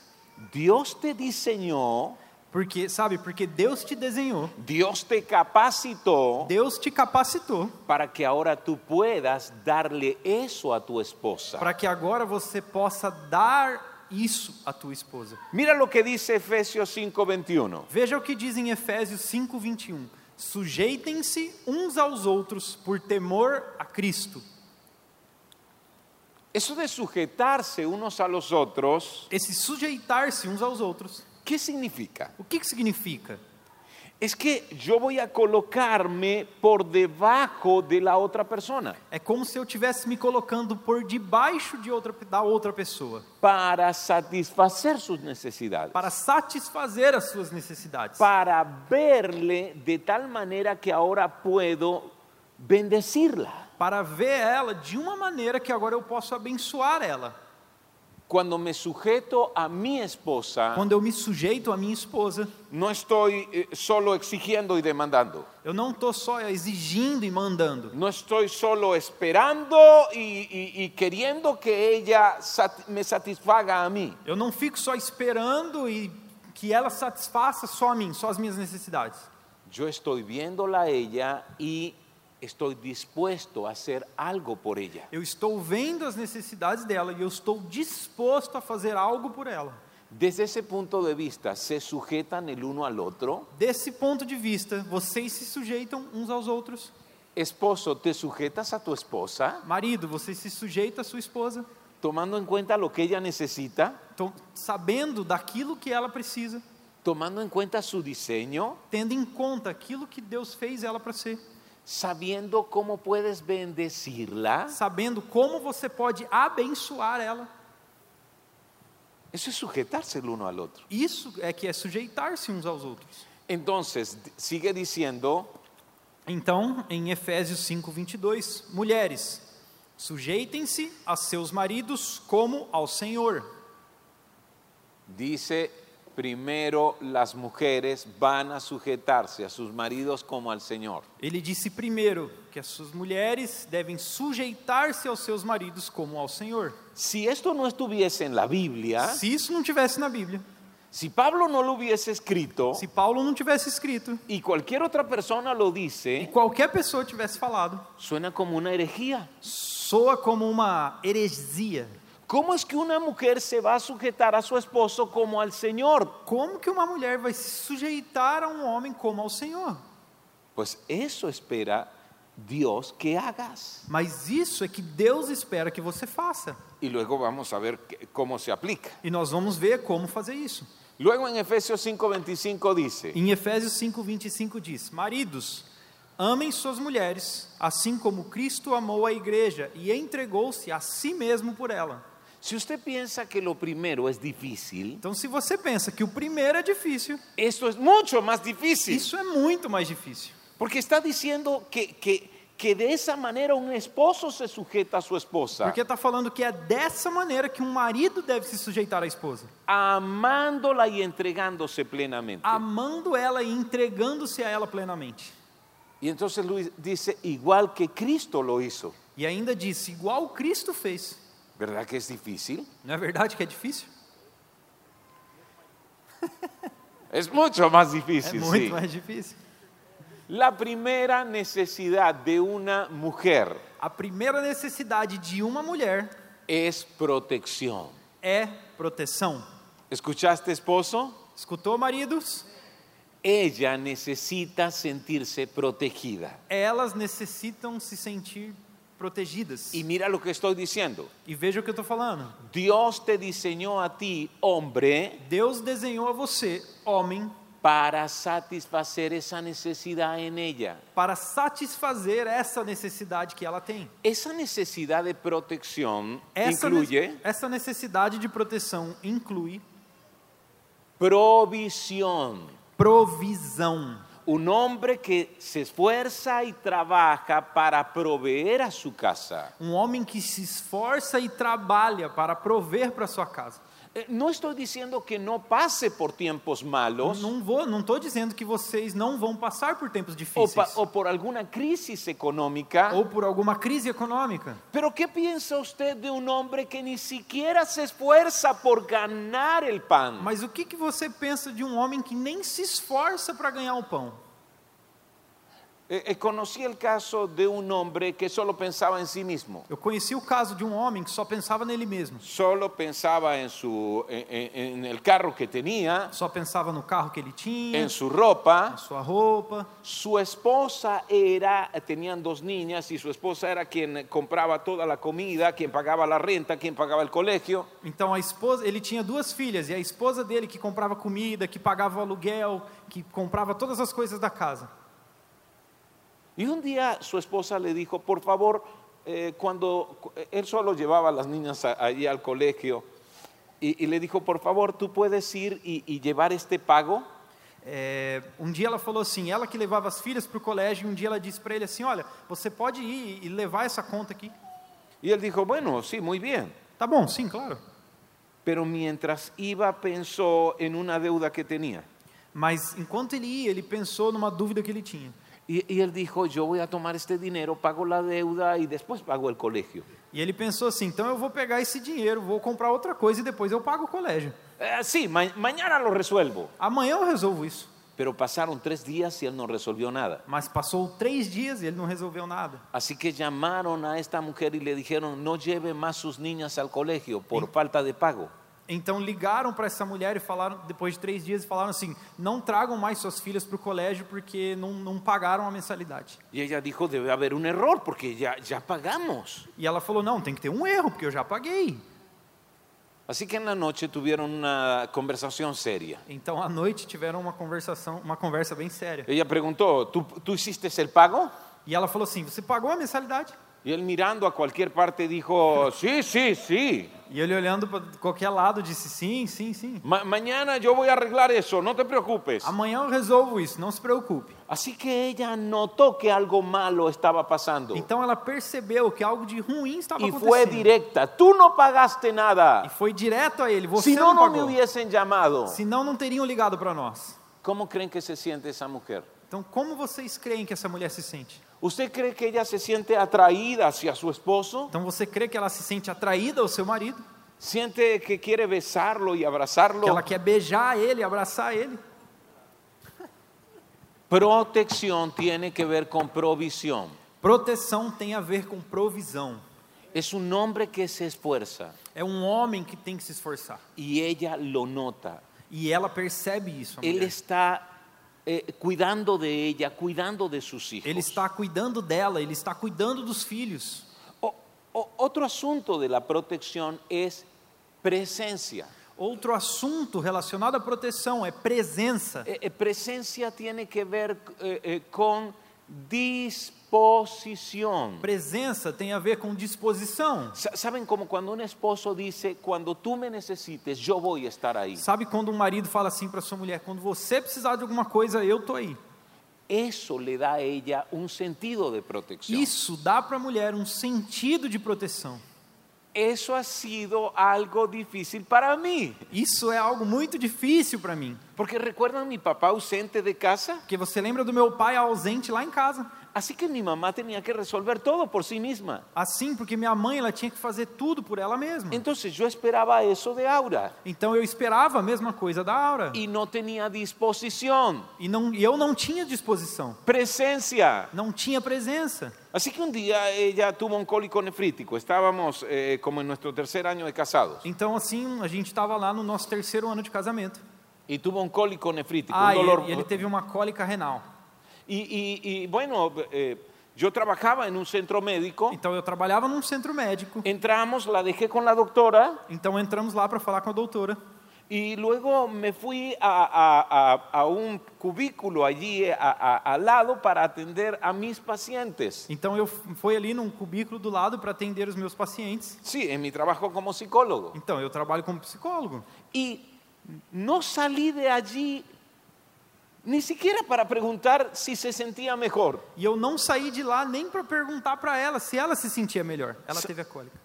Dios te diseñó, Porque, sabe, porque Deus te desenhou, Dios te capacitó Deus te capacitou para que ahora tú puedas darle eso a tu esposa. para que agora você possa dar isso à tua esposa. Mira lo que dice Efesios 5:21. Veja o que diz em Efésios 5:21. Sujeitem-se uns aos outros por temor a Cristo. Eso de sujetarse unos a los otros, Esse sujeitar-se uns aos outros, ¿qué significa? o que, que significa? Es que yo voy a colocarme por debajo de la otra persona É como se eu estivesse me colocando por debaixo de outra, da outra pessoa para satisfacer sus necesidades, para satisfazer as suas necessidades, para verle de tal manera que ahora puedo bendecirla. para ver ela de uma maneira que agora eu posso abençoar ela. Cuando me sujeto a mi esposa, Quando eu me sujeito à minha esposa, no estoy eh, solo exigiendo y demandando. eu não estou só exigindo e mandando, No estoy solo esperando y, y- y queriendo que ella sat- me satisfaga a mí. eu não fico só esperando e que ela satisfaça só a mim, só as minhas necessidades. Yo estoy viéndola a ella y estoy dispuesto a hacer algo por ella. Eu estou vendo as necessidades dela e eu estou disposto a fazer algo por ela. Desde ese punto de vista, se sujetan el uno al otro. Desse ponto de vista, vocês se sujeitam uns aos outros. Esposo, te sujetas a tu esposa, Marido, você se sujeita à sua esposa, tomando en cuenta lo que ella necesita, to- sabendo daquilo que ela precisa, tomando en cuenta su diseño, tendo em conta aquilo que Deus fez ela para ser, sabiendo cómo puedes bendecirla. sabendo como você pode abençoar ela. Eso es sujetarse el uno al otro. Isso é que é sujeitar-se uns aos outros. Entonces, d- sigue diciendo, Então, em Efésios 5:22, mulheres, sujeitem-se a seus maridos como ao Senhor. dice, primero las mujeres van a sujetarse a sus maridos como al Señor. Ele disse primeiro que as suas mulheres devem sujeitar-se aos seus maridos como ao Senhor. Si esto no estuviese en la Biblia, Se isso não tivesse na Bíblia, si Pablo no lo hubiese escrito se Paulo não tivesse escrito y cualquier otra persona lo e dice, qualquer pessoa tivesse falado, suena como una herejía. soa como uma heresia. ¿Cómo es que una mujer se va a sujetar a su esposo como al Señor? Como que uma mulher vai se sujeitar a um homem como ao Senhor? Pues eso espera Dios que hagas. Mas isso é que Deus espera que você faça. Y luego vamos a ver qué- cómo se aplica. E nós vamos ver como fazer isso. Luego en Efesios 5:25 dice, Em Efésios 5:25 diz: Maridos, amem suas mulheres, assim como Cristo amou a igreja e entregou-se a si mesmo por ela. si usted piensa que lo primero es difícil, Então, se você pensa que o primeiro é difícil, esto es mucho más difícil. isso é muito mais difícil. Porque está diciendo que, que- que de esa manera un esposo se sujeta a su esposa, Porque está falando que é dessa maneira que um marido deve se sujeitar à esposa, amándola y entregándose plenamente. amando ela e entregando-se a ela plenamente. Y entonces Luis dice, igual que Cristo lo hizo. E ainda disse: igual Cristo fez. ¿Verdad que es difícil? Não é verdade que é difícil? Es mucho más É difícil, muito sí. mais difícil. La primera necesidad de una mujer A primeira necessidade de uma mulher es protección. é proteção. ¿Escuchaste, esposo? Escutou, maridos? Ella necesita sentirse protegida. Elas necessitam se sentir protegidas. Y E, mira lo que estoy diciendo. veja o que eu estou falando. Dios te diseñó a ti, hombre, Deus desenhou a você, homem, para satisfacer esa necesidad en ella. para satisfazer essa necessidade que ela tem. Esa necesidad de protección Essa, ne- incluye essa necessidade de proteção inclui provisión. provisão. Un hombre que se esfuerza y trabaja para proveer a su casa Um homem que se esforça e trabalha para prover para sua casa Eh, No estoy diciendo que no pase por tiempos malos Não vou, não estou dizendo que vocês não vão passar por tempos o, difíceis pa- o por alguna crisis económica, ou por alguma crise econômica. pero ¿qué piensa usted de un hombre que ni siquiera se esfuerza por ganar el pan? Mas o que, que você pensa de um homem que nem se esforça para ganhar o pão? Eh, eh, conocí el caso de un hombre que solo pensaba en sí mismo, Eu conheci o caso de um homem que só pensava nele mesmo, solo pensaba en, su, en- en- en el carro que tenía, só pensava no carro que ele tinha, en su ropa. na sua roupa. Su esposa era, tenían dos niñas y su esposa era quien compraba toda la comida, quien pagaba la renta, quien pagaba el colegio. Então a esposa, ele tinha duas filhas e a esposa dele que comprava comida, que pagava o aluguel, que comprava todas as coisas da casa. Y un día su esposa le dijo, por favor, eh, cuando cu- él solo llevaba a las niñas a- ahí al colegio, y, y le dijo, por favor, tú puedes ir y, y llevar este pago. É, um dia ela falou assim, ela que levava as filhas para o colégio, e um dia ela disse para ele assim, olha, você pode ir e levar essa conta aqui. Y él dijo, bueno, sí, muy bien. Tá bom, sim, claro. Pero mientras iba pensó en una deuda que tenía. Mas enquanto ele ia, ele pensou numa dúvida que ele tinha. Y, y él dijo, yo voy a tomar este dinero, pago la deuda y después pago el colegio. E ele pensou assim, então eu vou pegar esse dinheiro, vou comprar outra coisa e depois eu pago o colégio. "Eh, sí, ma- mañana lo resuelvo. Amanhã eu resolvo isso. Pero pasaron tres días y él no resolvió nada. Mas passou três dias e ele não resolveu nada. Así que llamaron a esta mujer y le dijeron, no lleve más sus niñas al colegio por falta de pago. Então ligaram para essa mulher e falaram, depois de três dias, e falaram assim: não tragam mais suas filhas para o colégio porque não, não pagaram a mensalidade. Y ella dijo, debe haber un error porque ya, ya pagamos. E ela falou: não, tem que ter um erro, porque eu já paguei. Así que en la noche tuvieron una conversación seria. Então à noite tiveron uma conversação, uma conversa bem séria. Ella preguntó, ¿tú, tú hiciste el pago? E ela falou assim: você pagou a mensalidade? Y él mirando a cualquier parte dijo, sí, sí, sí. E ele olhando para qualquer lado disse: sim, sim, sim. Ma- mañana yo voy a arreglar eso, no te preocupes. Amanhã eu resolvo isso, não se preocupe. Así que ella notó que algo malo estaba pasando Então ela percebeu que algo de ruim estava y fue acontecendo. directa. Tú no pagaste E nada. foi direto a ele: você Si no, não no me pagou. hubiesen llamado. Senão não teriam ligado para nós. ¿Cómo creen que se siente esa mujer? Então, como vocês creem que essa mulher se sente? ¿Usted cree que ella se siente atraída hacia su esposo? Então, você crê que ela se sente atraída ao seu marido? ¿Siente que quiere besarlo y Que abrazarlo? ela quer beijar ele, abraçar ele? Protección tiene que ver con provisión. Proteção tem a ver com provisão. Es un hombre que se esfuerza É um homem que tem que se esforçar. y ella lo nota. E ela percebe isso. a Él mulher. está eh, cuidando de ella, cuidando de sus hijos. Ele está cuidando dela, ele está cuidando dos filhos. O- o- otro asunto de la protección es presencia. Outro assunto relacionado à proteção é presença. Eh, eh, presencia tiene que ver eh, eh, con disposición. Presença tem a ver com disposição. Sa- ¿Saben como cuando un esposo dice, cuando tú me necesites, yo voy a estar ahí? Sabe quando um marido fala assim para sua mulher: quando você precisar de alguma coisa, eu tô aí. Eso le da a ella un sentido de protección. Isso dá para a mulher um sentido de proteção. Eso ha sido algo difícil para mí. Isso é algo muito difícil para mim. Porque recuerdan mi papá ausente de casa. Porque você lembra do meu pai ausente lá em casa? Así que mi mamá tenía que resolver todo por sí misma. Assim, porque minha mãe ela tinha que fazer tudo por ela mesma. Entonces yo esperaba eso de Aura Então eu esperava a mesma coisa da Aura. y no tenía disposición, E, não, e eu não tinha disposição, presencia. não tinha presença. Así que un día ella tuvo un cólico nefrítico. Estábamos eh, como en nuestro tercer año de casados Então, assim, a gente estava lá no nosso terceiro ano de casamento. y tuvo un cólico nefrítico, Ah, un e ele, um dolor. e ele teve uma cólica renal. Y, y- y, bueno, eh, yo trabajaba en un centro médico. Então eu trabalhava num centro médico. Entramos, la dejé con la doctora. Então entramos lá para falar com a doutora. Y luego me fui a, a- a- a un cubículo allí eh, a- a- al lado para atender a mis pacientes. Então eu f- fui ali num cubículo do lado para atender os meus pacientes. Sí, en mi trabajo como psicólogo. Então eu trabalho como psicólogo. Y no salí de allí ni siquiera para preguntar si se sentía mejor. E eu não saí de lá nem para perguntar para ela se ela se sentia melhor. Ela teve a cólica.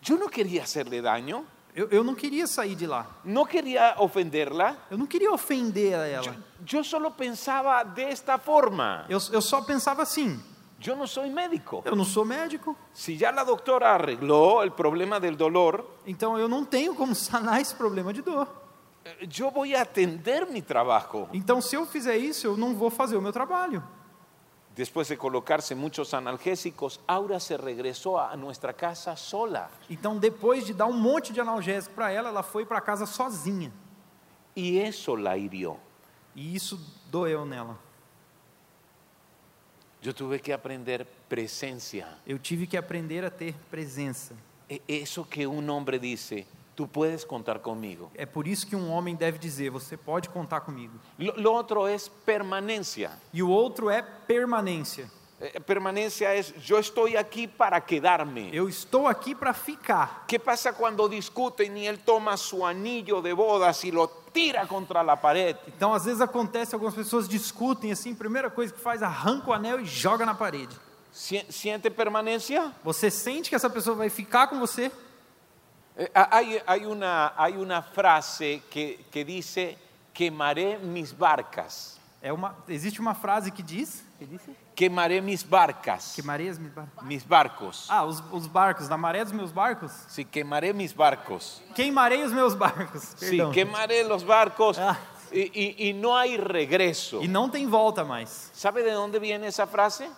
Yo no quería hacerle daño. Eu, eu não queria sair de lá. No quería ofenderla, Eu não queria ofender a ela. yo solo pensaba de esta forma. Eu, eu só pensava assim: Yo no soy médico. eu não sou médico, Si ya la doctora arregló el problema del dolor, então eu não tenho como (laughs) sanar esse problema de dor. eh, yo voy a atender mi trabajo. Então, se eu fizer isso, eu não vou fazer o meu trabalho. Después de colocarse muchos analgésicos, Aura se regresó a nuestra casa sola. Então, depois de dar um monte de analgésico para ela, ela foi para casa sozinha. Y eso la hirió. E isso doeu nela. Yo tuve que aprender presencia. Eu tive que aprender a ter presença. E- Eso que un hombre dice, tú puedes contar conmigo. É por isso que um homem deve dizer: Você pode contar comigo. Lo, lo otro es permanencia. E o outro é permanência. Eh, Permanencia es, yo estoy aquí para quedarme. Eu estou aqui para ficar. ¿Qué pasa cuando discuten y él toma su anillo de bodas y lo tira contra la pared? Então, às vezes acontece, algumas pessoas discutem assim, primeira coisa que faz, arranca o anel e joga na parede. Sie- ¿Siente permanencia? Você sente que essa pessoa vai ficar com você? Eh, ah, Hay, hay una, hay una frase que, que dice, quemaré mis barcas, É uma, existe uma frase que diz, quemaré mis barcas, que Marias me bar- mis barcos. Ah, os, os barcos, na maré dos meus barcos? Sí, quemaré mis barcos. Queimarei os meus barcos. Sí, Perdão. quemaré los barcos Ah. y, y- y no hay regreso. E não tem volta mais. ¿Sabe de dónde viene esa frase?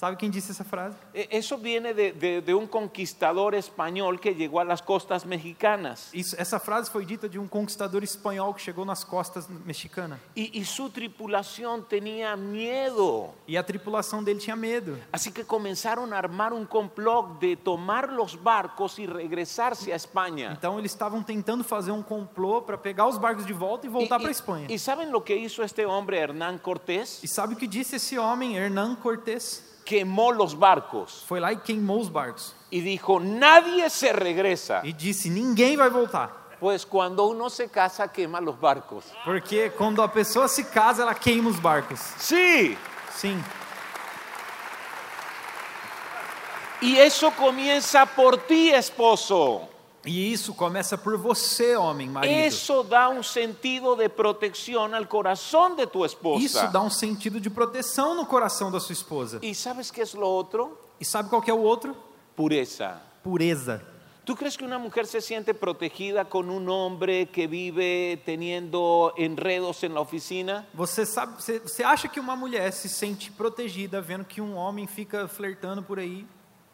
Sabe quem disse essa frase? E- Eso viene de, de- de un conquistador español que llegó a las costas mexicanas Isso, essa frase foi dita de um conquistador espanhol que chegou nas costas mexicanas. y, y su tripulación tenía miedo. E a tripulação dele tinha medo. Así que comenzaron a armar un complot de tomar los barcos y regresarse a España. Então eles estavam tentando fazer um complô para pegar os barcos de volta e voltar para a Espanha. y, y saben lo que hizo este hombre Hernán Cortés? E sabe o que disse esse homem, Hernán Cortés? Quemó los barcos Foi lá e queimou os barcos. y dijo, nadie se regresa. E disse: ninguém vai voltar. Pues cuando uno se casa, quema los barcos. Porque quando a pessoa se casa, ela queima os barcos. Sí. Sim. Y eso comienza por ti, esposo. E isso começa por você, homem, marido. Eso da un sentido de protección al corazón de tu esposa. Isso dá um sentido de proteção no coração da sua esposa. ¿Y sabes qué es lo otro? E sabe qual que é o outro? Pureza. Pureza. ¿Tú crees que una mujer se siente protegida con un hombre que vive teniendo enredos en la oficina? Você sabe, você, você acha que uma mulher se sente protegida vendo que um homem fica flertando por aí,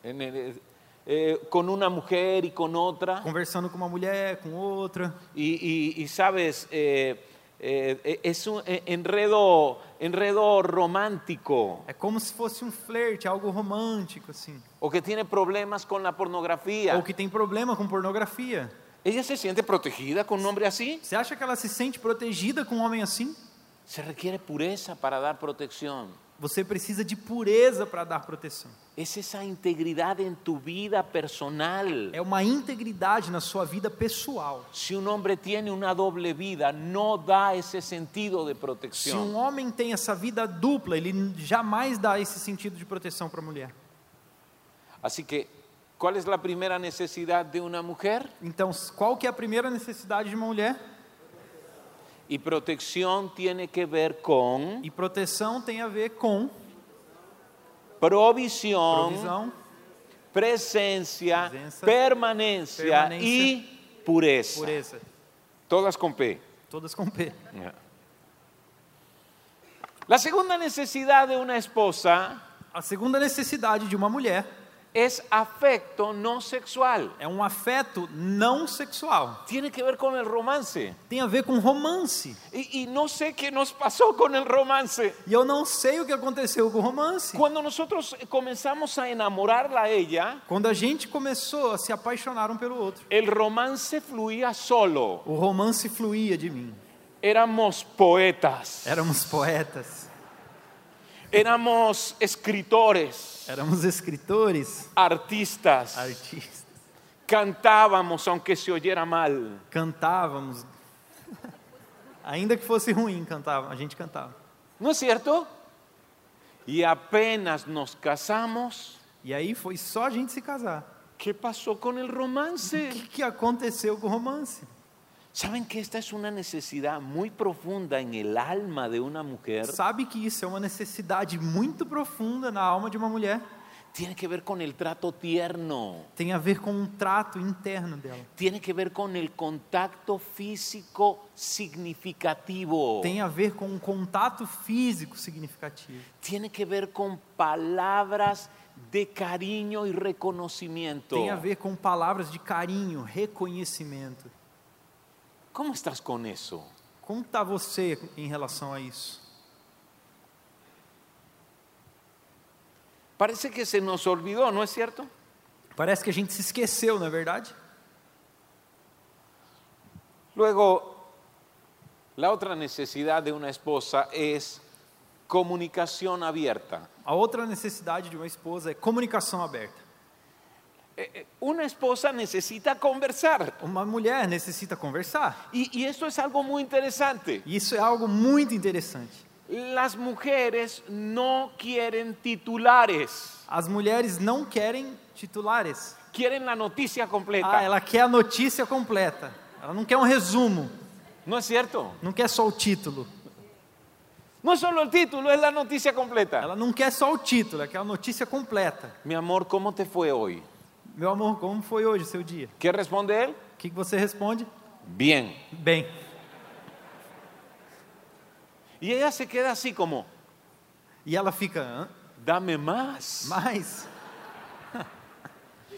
En el- eh, con una mujer y con otra. conversando com uma mulher, com outra? Y, y- y sabes, eh, eh, es un eh, enredo, enredo romántico É como se fosse um flerte, algo romântico assim. o que tiene problemas con la pornografía. Ou que tem problema com pornografia. ¿Ella se siente protegida con un hombre así? Você acha que ela se sente protegida com um homem assim? Se requiere pureza para dar protección. Você precisa de pureza para dar proteção. Es esa integridad en tu vida personal. É uma integridade na sua vida pessoal. Si un hombre tiene una doble vida, no da ese sentido de Se um protección. homem tem essa vida dupla, ele jamais dá esse sentido de proteção para a mulher. Así que, ¿cuál es la primera necesidad de una mujer? Então, qual que é a primeira necessidade de uma mulher? Y protección tiene que ver con E proteção tem a ver com provisión, provisão, presencia, Presença, permanencia, permanencia, y pureza. pureza, Todas con P. todas com P. La segunda necesidad de una esposa A segunda necessidade de uma mulher es afecto no sexual. é um afeto não sexual. Tiene que ver con el romance. Tem a ver com romance. Y- y no sé qué nos pasó con el romance. E eu não sei o que aconteceu com o romance. Cuando nosotros eh, comenzamos a enamorarla a ella, Quando a gente começou a se apaixonar um pelo outro, el romance fluía solo. o romance fluía de mim. Éramos poetas, Éramos poetas, éramos escritores, éramos escritores, artistas, artistas, cantábamos aunque se oyera mal. cantávamos. (laughs) Ainda que fosse ruim, cantava, a gente cantava. ¿No es cierto? Y apenas nos casamos, E aí foi só a gente se casar. ¿Qué pasó con el romance? O que, que aconteceu com o romance? ¿Saben que esta es una necesidad muy profunda en el alma de una mujer? Sabe que isso é uma necessidade muito profunda na alma de uma mulher. Tiene que ver con el trato tierno, Tem a ver com um trato interno dela. tiene que ver con el contacto físico significativo, Tem a ver com um contato físico significativo. tiene que ver con palabras de cariño y reconocimiento. Tem a ver com palavras de carinho, reconhecimento. ¿Cómo estás con eso? Como está você em relação a isso? Parece que se nos olvidó, ¿no es cierto? Parece que a gente se esqueceu, não é verdade? Luego, la otra necesidad de una esposa es comunicación abierta. A outra necessidade de uma esposa é comunicação aberta. Eh, eh, Una esposa necesita conversar. Uma mulher necessita conversar. Y, y esto es algo muy interesante. E isso é algo muito interessante. Las mujeres no quieren titulares, As mulheres não querem titulares. quieren la noticia completa. Ah, ela quer a notícia completa. Ela não quer um resumo, ¿No es cierto? não quer só o título. No es solo el título, es la noticia completa. Ela não quer só o título, ela quer a notícia completa. Mi amor, ¿cómo te fue hoy? Meu amor, como foi hoje o seu dia? ¿Qué responde él? O que que você responde? Bien. Bem. Y ella se queda así como, E ela fica, "Hã? dame más. mas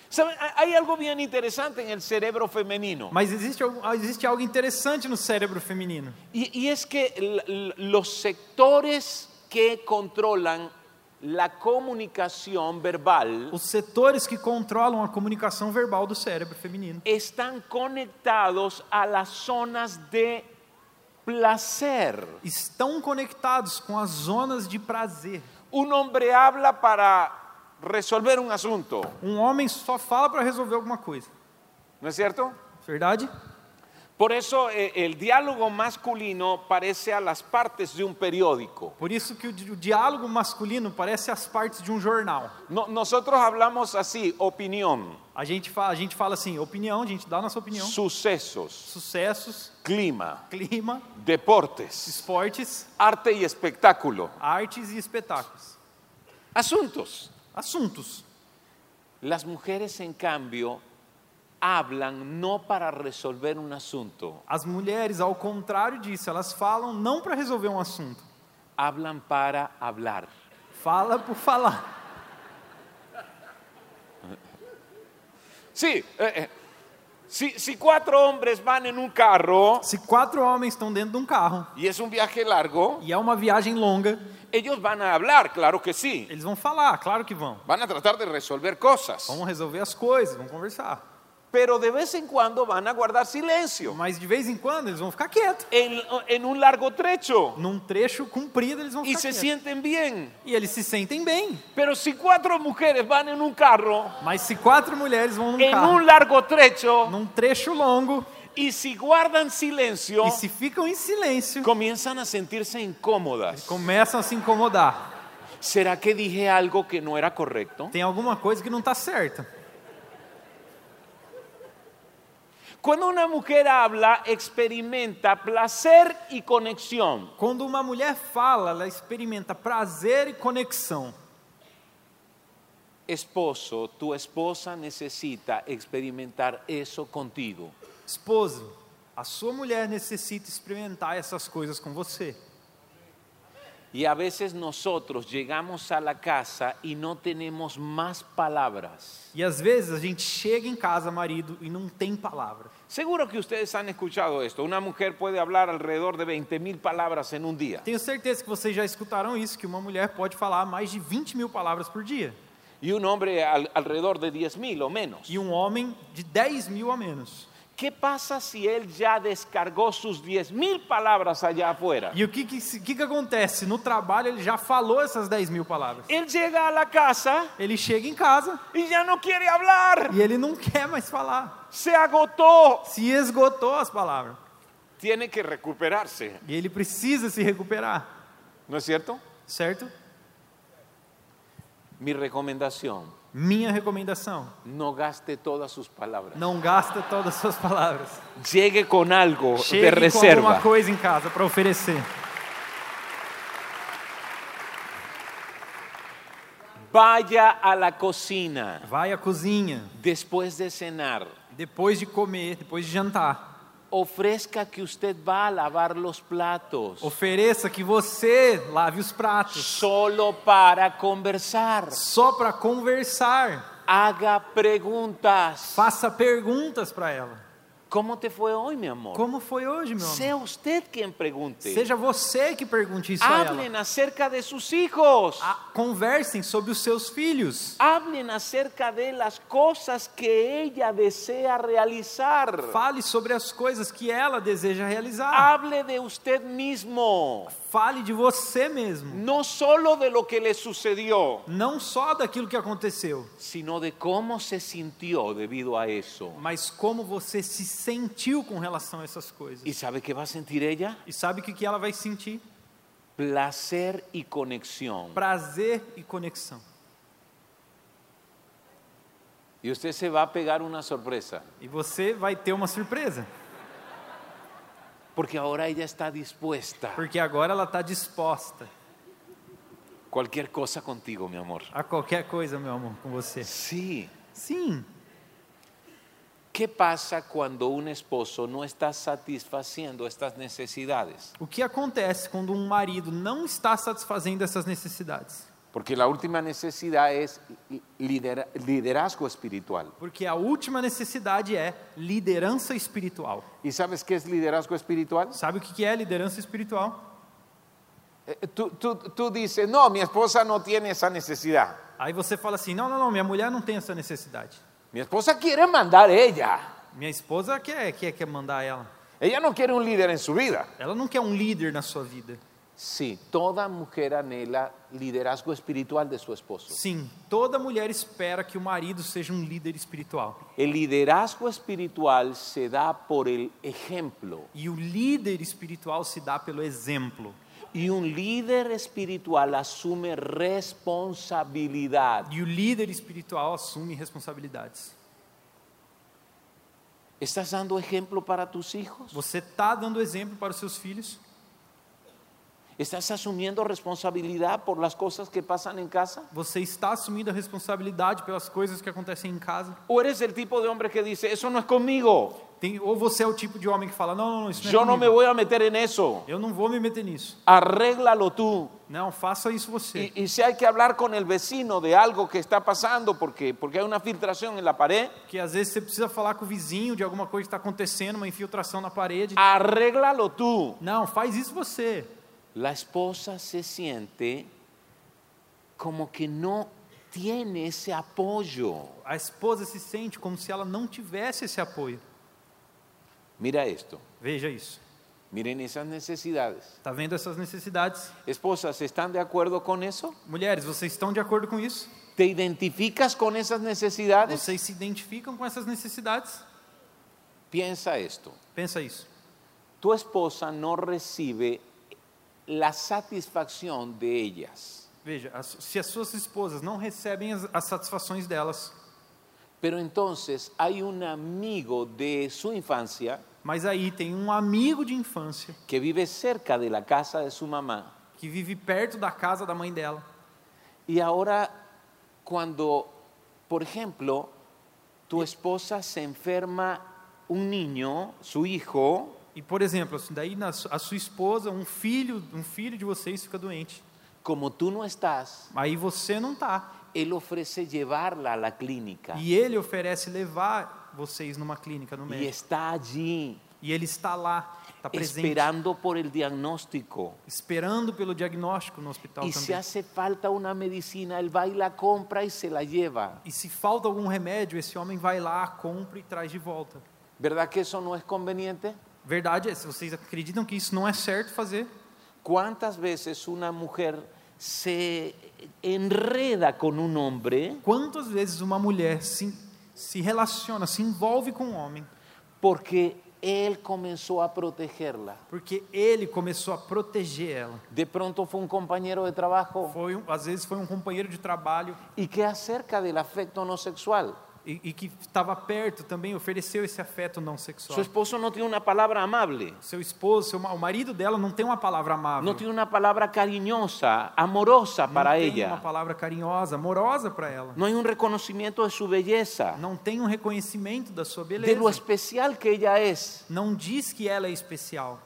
¿Saben? Hay- Hay algo bien interesante en el cerebro femenino. Mas existe, algo- existe algo interessante no cérebro feminino. Y, y es que l- l- los sectores que controlan la comunicación verbal Os setores que controlam a comunicação verbal do cérebro feminino están conectados a las zonas de placer. estão conectados com as zonas de prazer. Un hombre habla para resolver un asunto, Um homem só fala para resolver alguma coisa, ¿no es cierto? verdade? Por eso eh, el diálogo masculino parece a las partes de un periódico. Por isso que o, di- o diálogo masculino parece as partes de um jornal. No- nosotros hablamos así, opinión, A gente fala, a gente fala assim, opinião, a gente dá a nossa opinião, sucesos, sucessos, clima, clima, deportes, esportes, arte y espectáculo. artes e espetáculos. Asuntos. Assuntos. Las mujeres, en cambio, hablan no para resolver un asunto, As mulheres, ao contrário disso, elas falam não para resolver um assunto, hablan para hablar. fala por falar. Sí, eh, eh, si, si cuatro hombres van en un carro Se quatro homens estão dentro de um carro y es un viaje largo, e é uma viagem longa, ellos van a hablar, claro que sí. eles vão falar, claro que vão. Van a tratar de resolver cosas. Vão resolver as coisas, vão conversar. Pero de vez en cuando van a guardar silencio. Mas de vez em quando eles vão ficar quietos. En, en un largo trecho. Num trecho comprido eles vão Y ficar se quietos. sienten bien. E eles se sentem bem. Pero si cuatro mujeres van en un carro, Mas se quatro mulheres vão num en carro, un largo trecho, num trecho longo, y si guardan silencio, e se ficam em silêncio, comienzan a sentirse incómodas. começam a se incomodar. ¿Será que dije algo que no era correcto? Tem alguma coisa que não está certa. Cuando una mujer habla, experimenta placer y conexión. Quando uma mulher fala, ela experimenta prazer e conexão. Esposo, tu esposa necesita experimentar eso contigo. Esposo, a sua mulher necessita experimentar essas coisas com você. Y a veces nosotros llegamos a la casa y no tenemos más palabras. E às vezes a gente chega em casa, marido, e não tem palavra. Seguro que ustedes han escuchado esto. Una mujer puede hablar alrededor de 20 mil palabras en un día. Tenho certeza que vocês já escutaram isso, que uma mulher pode falar mais de 20 mil palavras por dia. y un hombre al- alrededor de 10 mil o menos. E um homem de 10 mil a menos. ¿Qué pasa si él ya descargó sus 10 mil palabras allá afuera? E o que, que, se- que, que acontece? No trabalho ele já falou essas 10 mil palavras. Él llega a la casa Ele chega em casa y ya no quiere hablar, e ele não (laughs) quer mais falar. se agotó. Se esgotou as palavras. Tiene que recuperarse, E ele precisa se recuperar, ¿no es cierto? certo? Mi recomendación, Minha recomendação: no gaste todas sus palabras. não gasta todas as suas palavras. Llegue con algo de Chegue com reserva. alguma coisa em casa para oferecer. Vaya a la cocina Vai à cozinha, después de cenar. depois de comer, depois de jantar. Ofrezca que usted va a lavar los platos Ofereça que você lave os pratos solo para conversar. só para conversar. Haga preguntas. Faça perguntas para ela. ¿Cómo te fue hoy, mi amor? Como foi hoje, meu amor? Sea usted quien pregunte. Seja você que pergunte isso a ela. Hablen acerca de sus hijos. A- Conversem sobre os seus filhos. Hablen acerca de las cosas que ella desea realizar. Fale sobre as coisas que ela deseja realizar. Hable de usted mismo, Fale de você mesmo. no solo de lo que le sucedió, Não só daquilo que aconteceu, sino de cómo se sintió debido a eso. mas como você se sentiu com relação a essas coisas. ¿Y sabe qué va a sentir ella? E sabe o que que ela vai sentir? Placer y conexión. Prazer e conexão. Y usted se va a pegar una sorpresa, E você vai ter uma surpresa, porque ahora ella está dispuesta. porque agora ela está disposta Cualquier cosa contigo, mi amor. a qualquer coisa, meu amor, com você. Sí. Sim. ¿Qué pasa cuando un esposo no está satisfaciendo estas necesidades? O que acontece quando um marido não está satisfazendo essas necessidades? Porque la última necesidad es li- lidera- liderazgo espiritual. Porque a última necessidade é liderança espiritual. ¿Y sabes qué es liderazgo espiritual? Sabe o que que é liderança espiritual? Eh, Tú, tú- tú dices, no, mi esposa no tiene esa necesidad. Aí você fala assim: não, não, não, minha mulher não tem essa necessidade. Mi esposa quiere mandar ella. Minha esposa quer, é, quer, quer mandar ela. Ella no quiere un líder en su vida. Ela não quer um líder na sua vida. Sí, toda mujer anhela liderazgo espiritual de su esposo. Sim, toda mulher espera que o marido seja um líder espiritual. El liderazgo espiritual se da por el ejemplo. E o líder espiritual se dá pelo exemplo. Y un líder espiritual asume responsabilidad. E o líder espiritual assume responsabilidades. ¿Estás dando ejemplo para tus hijos? Você está dando exemplo para os seus filhos? ¿Estás asumiendo responsabilidad por las cosas que pasan en casa? Você está assumindo a responsabilidade pelas coisas que acontecem em casa? ¿O eres el tipo de hombre que dice, eso no es conmigo? Tem, ou você é o tipo de homem que fala: não, não, não isso não é Yo no me comigo. voy a meter en eso. Eu não vou me meter nisso. Arréglalo tú. Não, faça isso você. Y, y si hay que hablar con el vecino de algo que está pasando porque, porque hay una filtración en la pared, Porque às vezes você precisa falar com o vizinho de alguma coisa que está acontecendo, uma infiltração na parede. arréglalo tú. Não, faz isso você. La esposa se siente como que no tiene ese apoyo. A esposa se sente como se ela não tivesse esse apoio. Mira esto, Veja isso. miren esas necesidades. Tá vendo essas necessidades? Esposas, ¿están de acuerdo con eso? Mulheres, vocês estão de acordo com isso? ¿Te identificas con esas necesidades? Vocês se identificam com essas necessidades? Piensa esto, Pensa isso. tu esposa no recibe la satisfacción de ellas, Veja, as- se as suas esposas não recebem as, as satisfações delas, pero entonces hay un amigo de su infancia mas aí tem um amigo de infância que vive cerca de la casa de su mamá que vive perto da casa da mãe dela. Y ahora cuando, por ejemplo, tu esposa se enferma un niño, su hijo, E por exemplo, assim, daí na su- a sua esposa, um filho, um filho de vocês fica doente. como tú no estás, Aí você não tá. él ofrece llevarla a la clínica E ele oferece levar vocês numa clínica no y médico. está allí E ele está lá, está presente, esperando por el diagnóstico. esperando pelo diagnóstico no hospital Y si também. hace falta una medicina, él va y la compra y se la lleva. E se falta algum remédio, esse homem vai lá, compra e traz de volta. ¿Verdad que eso no es conveniente? Verdade é, se vocês acreditam que isso não é certo fazer, ¿Cuántas veces una mujer se enreda con un hombre quantas vezes uma mulher se, se relaciona, se envolve com um homem, porque Él comenzó a protegerla. porque ele começou a proteger ela. De pronto fue un compañero de trabajo. Foi um- às vezes foi um companheiro de trabalho ¿Y qué acerca del afecto no sexual? e, e que estava perto também, ofereceu esse afeto não Su sexual. esposo no tiene una palabra amable, Seu esposo, seu, ma- o marido dela não tem uma palavra amável, no tiene una palabra cariñosa, amorosa não para tem uma ella. palavra carinhosa, amorosa para ela. No hay un reconocimiento de su belleza, Não tem um reconhecimento da sua de lo beleza. especial que ella es. Não diz que ela é especial.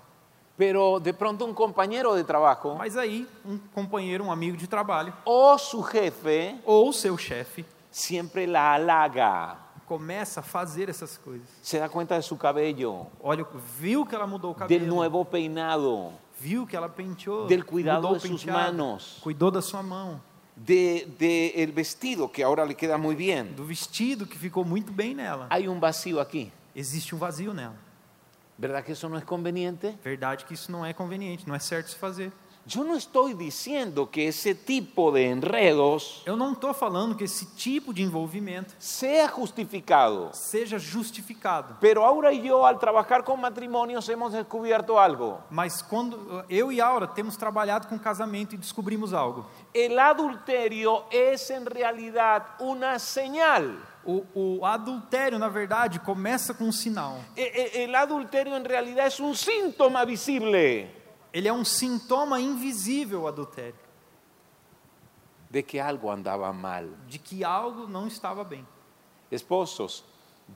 Pero de pronto un compañero de trabajo Mas aí, um companheiro, um amigo de trabalho o su jefe ou seu chefe siempre la halaga, começa a fazer essas coisas. se da cuenta de su cabello, Olha, viu que ela mudou o del cabelo, nuevo peinado, viu que ela penteou, Del cuidado mudou o de sus penteado, manos. cuidou da sua mão, del de, el vestido que ahora le queda muy bien. do vestido que ficou muito bem nela. Hay un vacío aquí, Existe um vazio nela. ¿verdad que eso no es conveniente? Verdade que isso não é conveniente, não é certo se fazer. Yo no estoy diciendo que ese tipo de enredos Eu não estou falando que esse tipo de envolvimento sea justificado, seja justificado. pero Aura y yo al trabajar con matrimonios hemos descubierto algo. Mas quando eu e Aura temos trabalhado com casamento e descobrimos algo. El adulterio es en realidad una señal. O, o adultério, na verdade, começa com um sinal. E- e- El adulterio en realidad es un síntoma visible Ele é um sintoma invisível, o adultério, de que algo andaba mal. de que algo não estava bem. Esposos,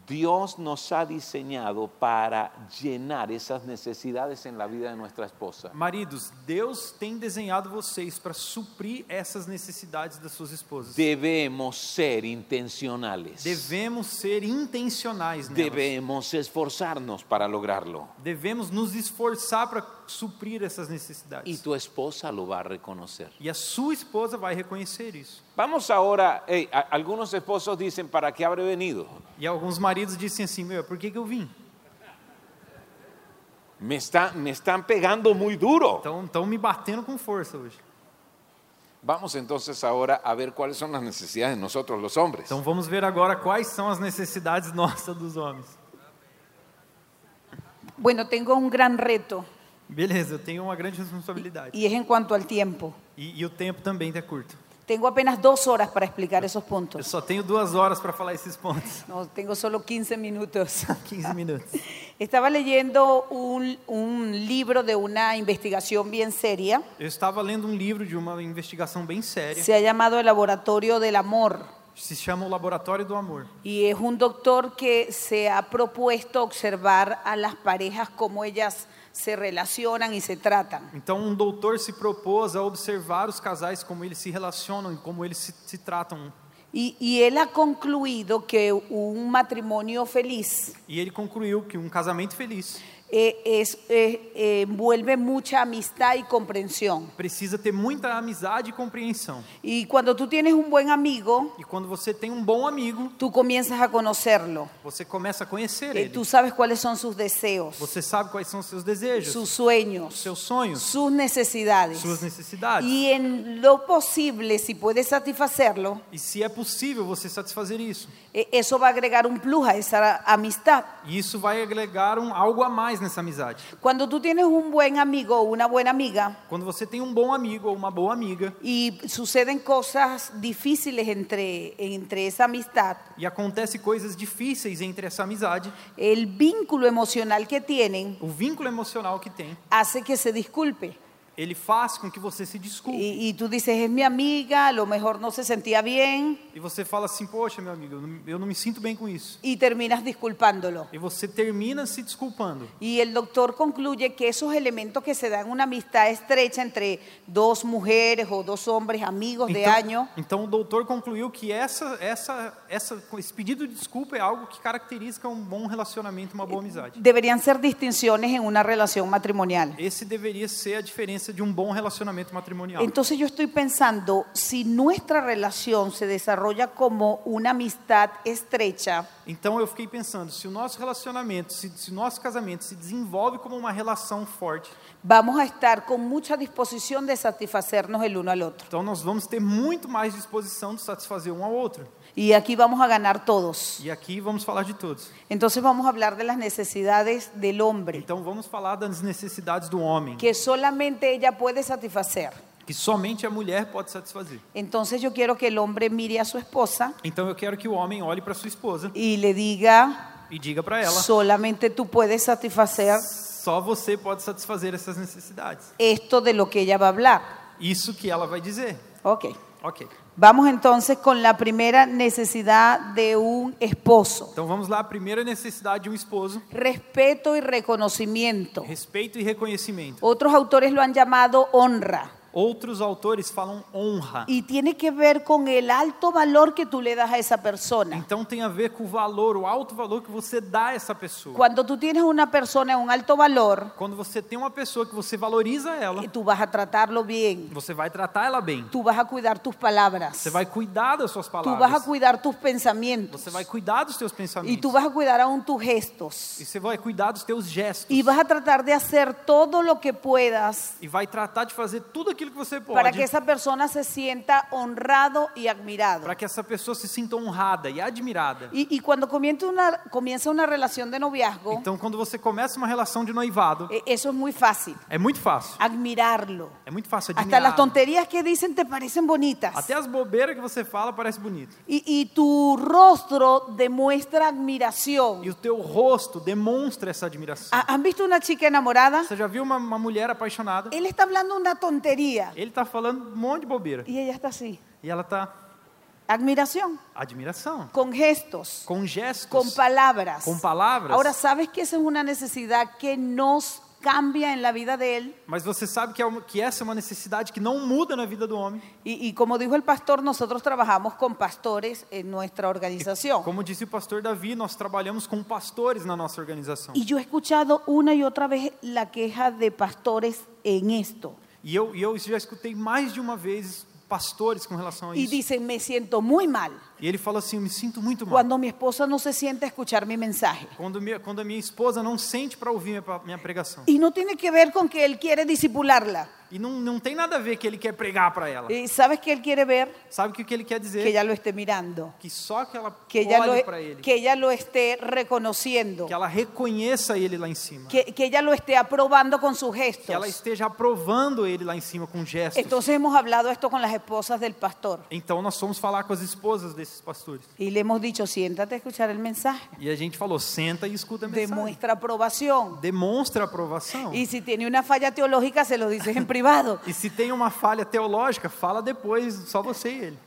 Dios nos ha diseñado para llenar esas necesidades en la vida de nuestra esposa. Maridos, Deus tem desenhado vocês para suprir essas necessidades das suas esposas. Debemos ser intencionales. Devemos ser intencionais nelas. Debemos esforzarnos para lograrlo. Devemos nos esforçar para suprir essas Y necessidades. tu esposa lo va a reconocer. E a sua esposa vai reconhecer isso. Vamos ahora, hey, a- algunos esposos dicen, ¿para qué habré venido? E alguns maridos dizem assim: Meu, por que, que eu vim? Me, está- me están pegando muy duro. Estão Então, tão me batendo com força hoje. Vamos entonces ahora a ver cuáles son las necesidades de nosotros los hombres. Então vamos ver agora quais são as necessidades (laughs) nossas dos homens. Bueno, tengo un gran reto Beleza, eu tenho uma grande responsabilidade. y es en cuanto al tiempo. E, e o tempo também é curto. Tengo apenas dos horas para explicar esos Eu puntos. só tenho duas horas para falar esses pontos. (laughs) No, tengo solo 15 minutos. (laughs) 15 minutos. Estaba leyendo un, un libro de una investigación bien seria. Eu estava lendo um livro de uma investigação bem séria. Se ha llamado El Laboratorio del Amor. Se chama O Laboratório do Amor. Y es un doctor que se ha propuesto observar a las parejas cómo ellas se relacionan y se tratan. Então, um doutor se propôs a observar os casais, como eles se relacionam e como eles se, se tratam. Y, y él ha concluido que un matrimonio feliz E ele concluiu que um casamento feliz eh, es, eh, eh, envuelve mucha amistad y comprensión. precisa ter muita amizade e compreensão. Y cuando tú tienes un buen amigo, E quando você tem um bom amigo, tú comienzas a conocerlo. você começa a conhecer Eh, ele. tú sabes cuáles son sus deseos, Você sabe quais são os seus desejos, sus sueños, os seus sonhos, sus necesidades. suas necessidades. Y en lo posible, si puedes satisfacerlo, E se é possível você satisfazer isso. eh, eso va a agregar un plus a esa amistad. E isso vai agregar um, algo a mais nessa amizade. Cuando tú tienes un buen amigo o una buena amiga, Quando você tem um bom amigo ou uma boa amiga y suceden cosas difíciles entre, entre esa amistad, e acontece coisas difíceis entre essa amizade, el vínculo emocional que tienen o vínculo emocional que tem, hace que se disculpe. ele faz com que você se desculpe. Y, y tú dices, es mi amiga, a lo mejor no se sentía bien, E você fala assim: "Poxa, meu amigo, eu não- eu não me sinto bem com isso". y terminas disculpándolo. E você termina se desculpando. Y el doctor concluye que esos elementos que se dan en una amistad estrecha entre dos mujeres o dos hombres amigos de año, então o doutor concluiu que essa, essa, essa, esse pedido de desculpa é algo que caracteriza um bom relacionamento, uma boa amizade. deberían ser distinciones en una relación matrimonial. Esse deveria ser a diferença diferença de um bom relacionamento matrimonial. Entonces yo estoy pensando, si nuestra relación se desarrolla como una amistad estrecha, Então eu fiquei pensando, se o nosso relacionamento, se, se o nosso casamento se desenvolve como uma relação forte, vamos a estar con mucha disposición de satisfacernos el uno al otro. então nós vamos ter muito mais disposição de satisfazer um ao outro. Y aquí vamos a ganar todos. E aqui vamos falar de todos. Entonces vamos a hablar de las necesidades del hombre, Então vamos falar das necessidades do homem, que solamente ella puede satisfacer. que somente a mulher pode satisfazer. Entonces yo quiero que el hombre mire a su esposa Então eu quero que o homem olhe para sua esposa y le diga, e diga para ela: solamente tú puedes satisfacer só você pode satisfazer essas necessidades. esto de lo que ella va a hablar. Isso que ela vai dizer. Ok. Ok. Vamos entonces con la primera necesidad de un esposo. Então vamos lá, a primeira necessidade de um esposo, Respeto y reconocimiento. respeito e reconhecimento. Otros autores lo han llamado honra. Outros autores falam honra. Y tiene que ver con el alto valor que tú le das a esa persona. Então tem a ver com o valor, o alto valor que você dá a esa pessoa. Cuando tú tienes una persona en un alto valor, Quando você tem uma pessoa que você valoriza ela, eh, tú vas a tratarlo bien. você vai tratar ela bem. Tú vas a cuidar tus palabras. Você vai cuidar das suas Tú vas a palavras. cuidar tus pensamientos. Você vai cuidar dos Y seus tú pensamentos. vas a cuidar aún tus gestos. E você vai cuidar dos teus gestos. Y vas a tratar de hacer todo lo que puedas E vai tratar de fazer tudo aquilo que você para pode que esa persona se sienta honrado y admirado. para que essa pessoa se sinta honrada e admirada. Y, y cuando comienza una, comienza una relación de noviazgo, Então, quando você começa uma relação de noivado, eh, eso es muy fácil, é muito fácil. admirarlo. É muito fácil Hasta admirar. las tonterías que dicen te parecen bonitas. Até as bobeiras que você fala parece bonito. Y, y tu rostro demuestra admiración. E o teu rosto demonstra essa admiração. ¿Ha- ¿Han visto una chica enamorada? Você já viu uma, uma mulher apaixonada? Él está hablando una tontería Ele tá falando um monte de bobeira. y ella está así. E ela tá Admiración, admiração, con gestos, com gestos, con palabras. com palavras. Ahora, ¿sabes que esa es una necesidad que nos cambia en la vida de él? Mas você sabe que, é uma, que essa é uma necessidade que não muda na vida do homem. Y, y como dijo el pastor, nosotros trabajamos con pastores en nuestra organización. Como disse o pastor Davi, nós trabalhamos com pastores na nossa organização. Y yo he escuchado una y otra vez la queja de pastores en esto. E eu, e eu já escutei mais de uma vez pastores com relação a Y isso. dicen, me siento muy mal E ele fala assim: eu me sinto muito mal. cuando mi esposa no se siente a escuchar mi mensaje. Quando, minha, quando a minha esposa não sente para ouvir minha, pa- minha pregação. Y no tiene que ver con que él quiere disipularla. E não, não tem nada a ver que ele quer pregar para ela. Eh, ¿Sabes qué él quiere ver? Sabe o que, que ele quer dizer? Que ella lo esté mirando, Que só que ela que ella olhe lo, e para ele. que ella lo esté reconociendo, Que ela reconheça ele lá em cima. que, que ella lo esté aprobando con sus Que ela gestos. esteja aprovando ele lá em cima com gestos. Entonces hemos hablado esto con las esposas del pastor. Então nós fomos falar com as esposas desses pastores. Y le hemos dicho, siéntate a escuchar el mensaje. E a gente falou: senta e escuta a mensagem. Demuestra aprobación. Demonstra a aprovação. Y si tiene una falla teológica, se lo dices (laughs) en privado. E se tem uma falha teológica, fala depois, só você e ele.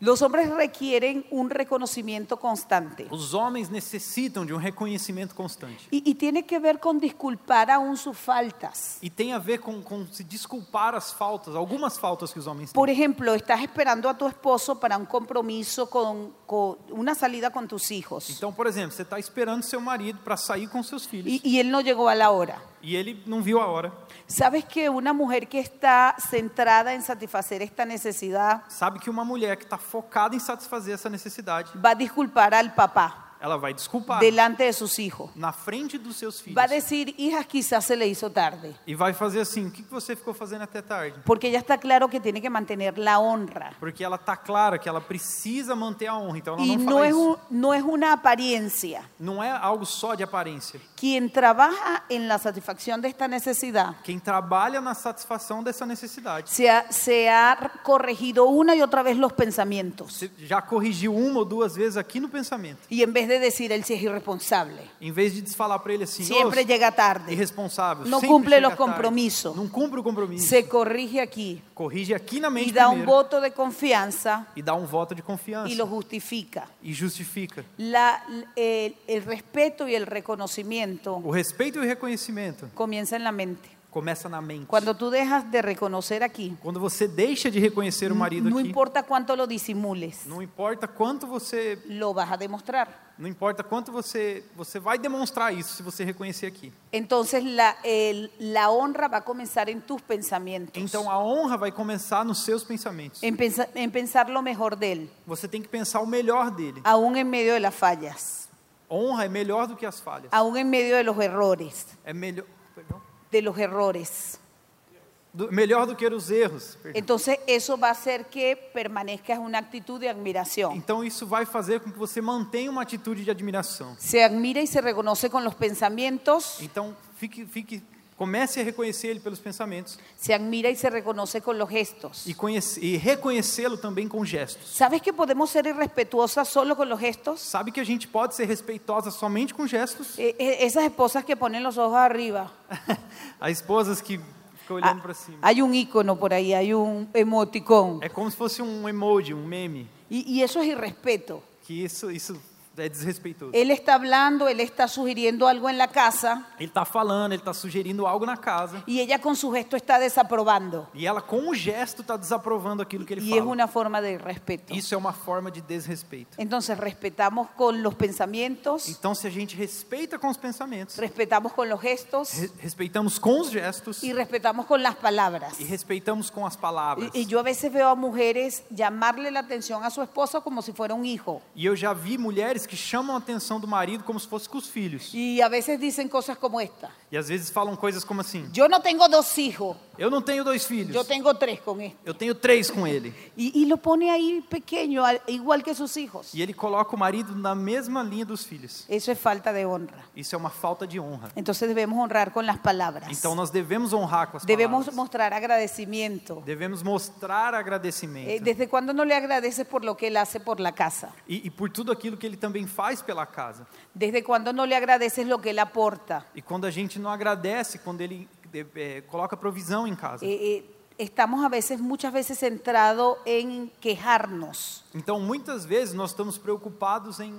Los hombres requieren un reconocimiento constante. Os homens necessitam de um reconhecimento constante. Y, y tiene que ver con disculpar aún sus faltas. E tem a ver com, com se desculpar as faltas, algumas faltas que os homens têm. Por ejemplo, estás esperando a tu esposo para un compromiso con, con una salida con tus hijos. Então, por exemplo, você está esperando seu marido para sair com seus filhos Y, e, y él no llegó a la hora. ele não viu a hora. ¿Sabes que una mujer que está centrada en satisfacer esta necesidad Sabe que uma mulher que está focada em satisfazer esa necessidade, va a disculpar al papá ela vai desculpar delante de sus hijos? na frente dos seus filhos va a decir, hijas, quizás se le hizo tarde, e vai fazer assim: o que que você ficou fazendo até tarde? porque ya está claro que tiene que mantener la honra. Porque ela está clara que ela precisa manter a honra, então ela Y não no fala es, isso. un- no es una apariencia. Não é algo só de aparência. Quien trabaja en la satisfacción de esta necesidad Quem trabalha na satisfação dessa necessidade se ha, se ha corregido una y otra vez los pensamientos. Você já corrigiu uma ou duas vezes aqui no pensamento. Y en vez de decir, él sí es irresponsable, Em vez de falar para ele assim, siempre "Ô, llega tarde, irresponsável, Não sempre cumple chega los tarde, compromisso. Não cumpre o compromisso. se corrige aquí Corrige aqui na mente y da un primeiro um voto de confianza e dá um voto de confiança y lo justifica. e justifica. La- el- el respeto y el reconocimiento O respeito e o reconhecimento comienza en la mente. começa na mente. Cuando tú dejas de reconocer aquí, Quando você deixa de reconhecer o marido no aqui, importa cuánto lo disimules, não importa quanto você, lo vas a demostrar. não importa quanto você, você vai demonstrar isso se você reconhecer aqui. Entonces la, el- la honra va a comenzar en tus pensamientos, Então a honra vai começar nos seus pensamentos. en, pensa- en pensar lo mejor de él, Você tem que pensar o melhor dele. aún en medio de las fallas, Honra é melhor do que as falhas. aún en medio de los errores, É melhor, perdão, de los errores. do, melhor do que os erros. perdão. Entonces eso va a hacer que permanezcas una actitud de admiración. Então isso vai fazer com que você mantenha uma atitude de admiração. Se admira y se reconoce con los pensamientos, Então fique, fique, comece a reconhecer ele pelos pensamentos se admira y se reconoce con los gestos. e, conhece- e reconhecê-lo também com gestos. ¿Sabes que podemos ser irrespetuosas solo con los gestos? Sabe que a gente pode ser respeitosa somente com gestos? Eh, eh, esas esposas que ponen los ojos arriba. (laughs) As esposas que ficam Ah, olhando para cima. hay un icono por ahí, hay un emoticón. É como se fosse um emoji, um meme, Y, y eso es irrespeto. que isso, isso é desrespeitoso. Él está hablando, él está sugiriendo algo en la casa Ele está falando, ele está sugerindo algo na casa. y ella con su gesto está desaprobando. E ela, com o gesto, está desaprovando aquilo que ele Y es fala. una forma de irrespeto. Isso é uma forma de desrespeito. Entonces respetamos con los pensamientos, Então, se a gente respeita com os pensamentos, respetamos con los gestos re- respeitamos com os gestos y respetamos con las palabras. e respeitamos com as palavras. Y, y yo a veces veo a mujeres llamarle la atención a su esposo como si fuera un hijo. E eu já vi mulheres que chamam a atenção do marido como se fosse com os filhos. Y a veces dicen cosas como esta. E às vezes falam coisas como assim: Yo no tengo dos hijos, Eu não tenho dois filhos, yo tengo tres con este. él. eu tenho três com ele. Y, y lo pone ahí pequeño, al- igual que sus hijos. E ele coloca o marido na mesma linha dos filhos. Eso es falta de honra. Isso é uma falta de honra. Entonces debemos honrar con las palabras. Então nós devemos honrar com as debemos palavras. mostrar agradecimiento. Devemos mostrar Eh, agradecimento. ¿Desde cuándo no le agradeces por lo que él hace por la casa? E, e por tudo aquilo que ele também faz pela casa. ¿Desde cuándo no le agradeces lo que él aporta? E quando a gente não agradece, quando ele eh, eh, coloca provisão em casa. Eh, eh, estamos a veces, muchas veces centrados en quejarnos, Então muitas vezes nós estamos preocupados em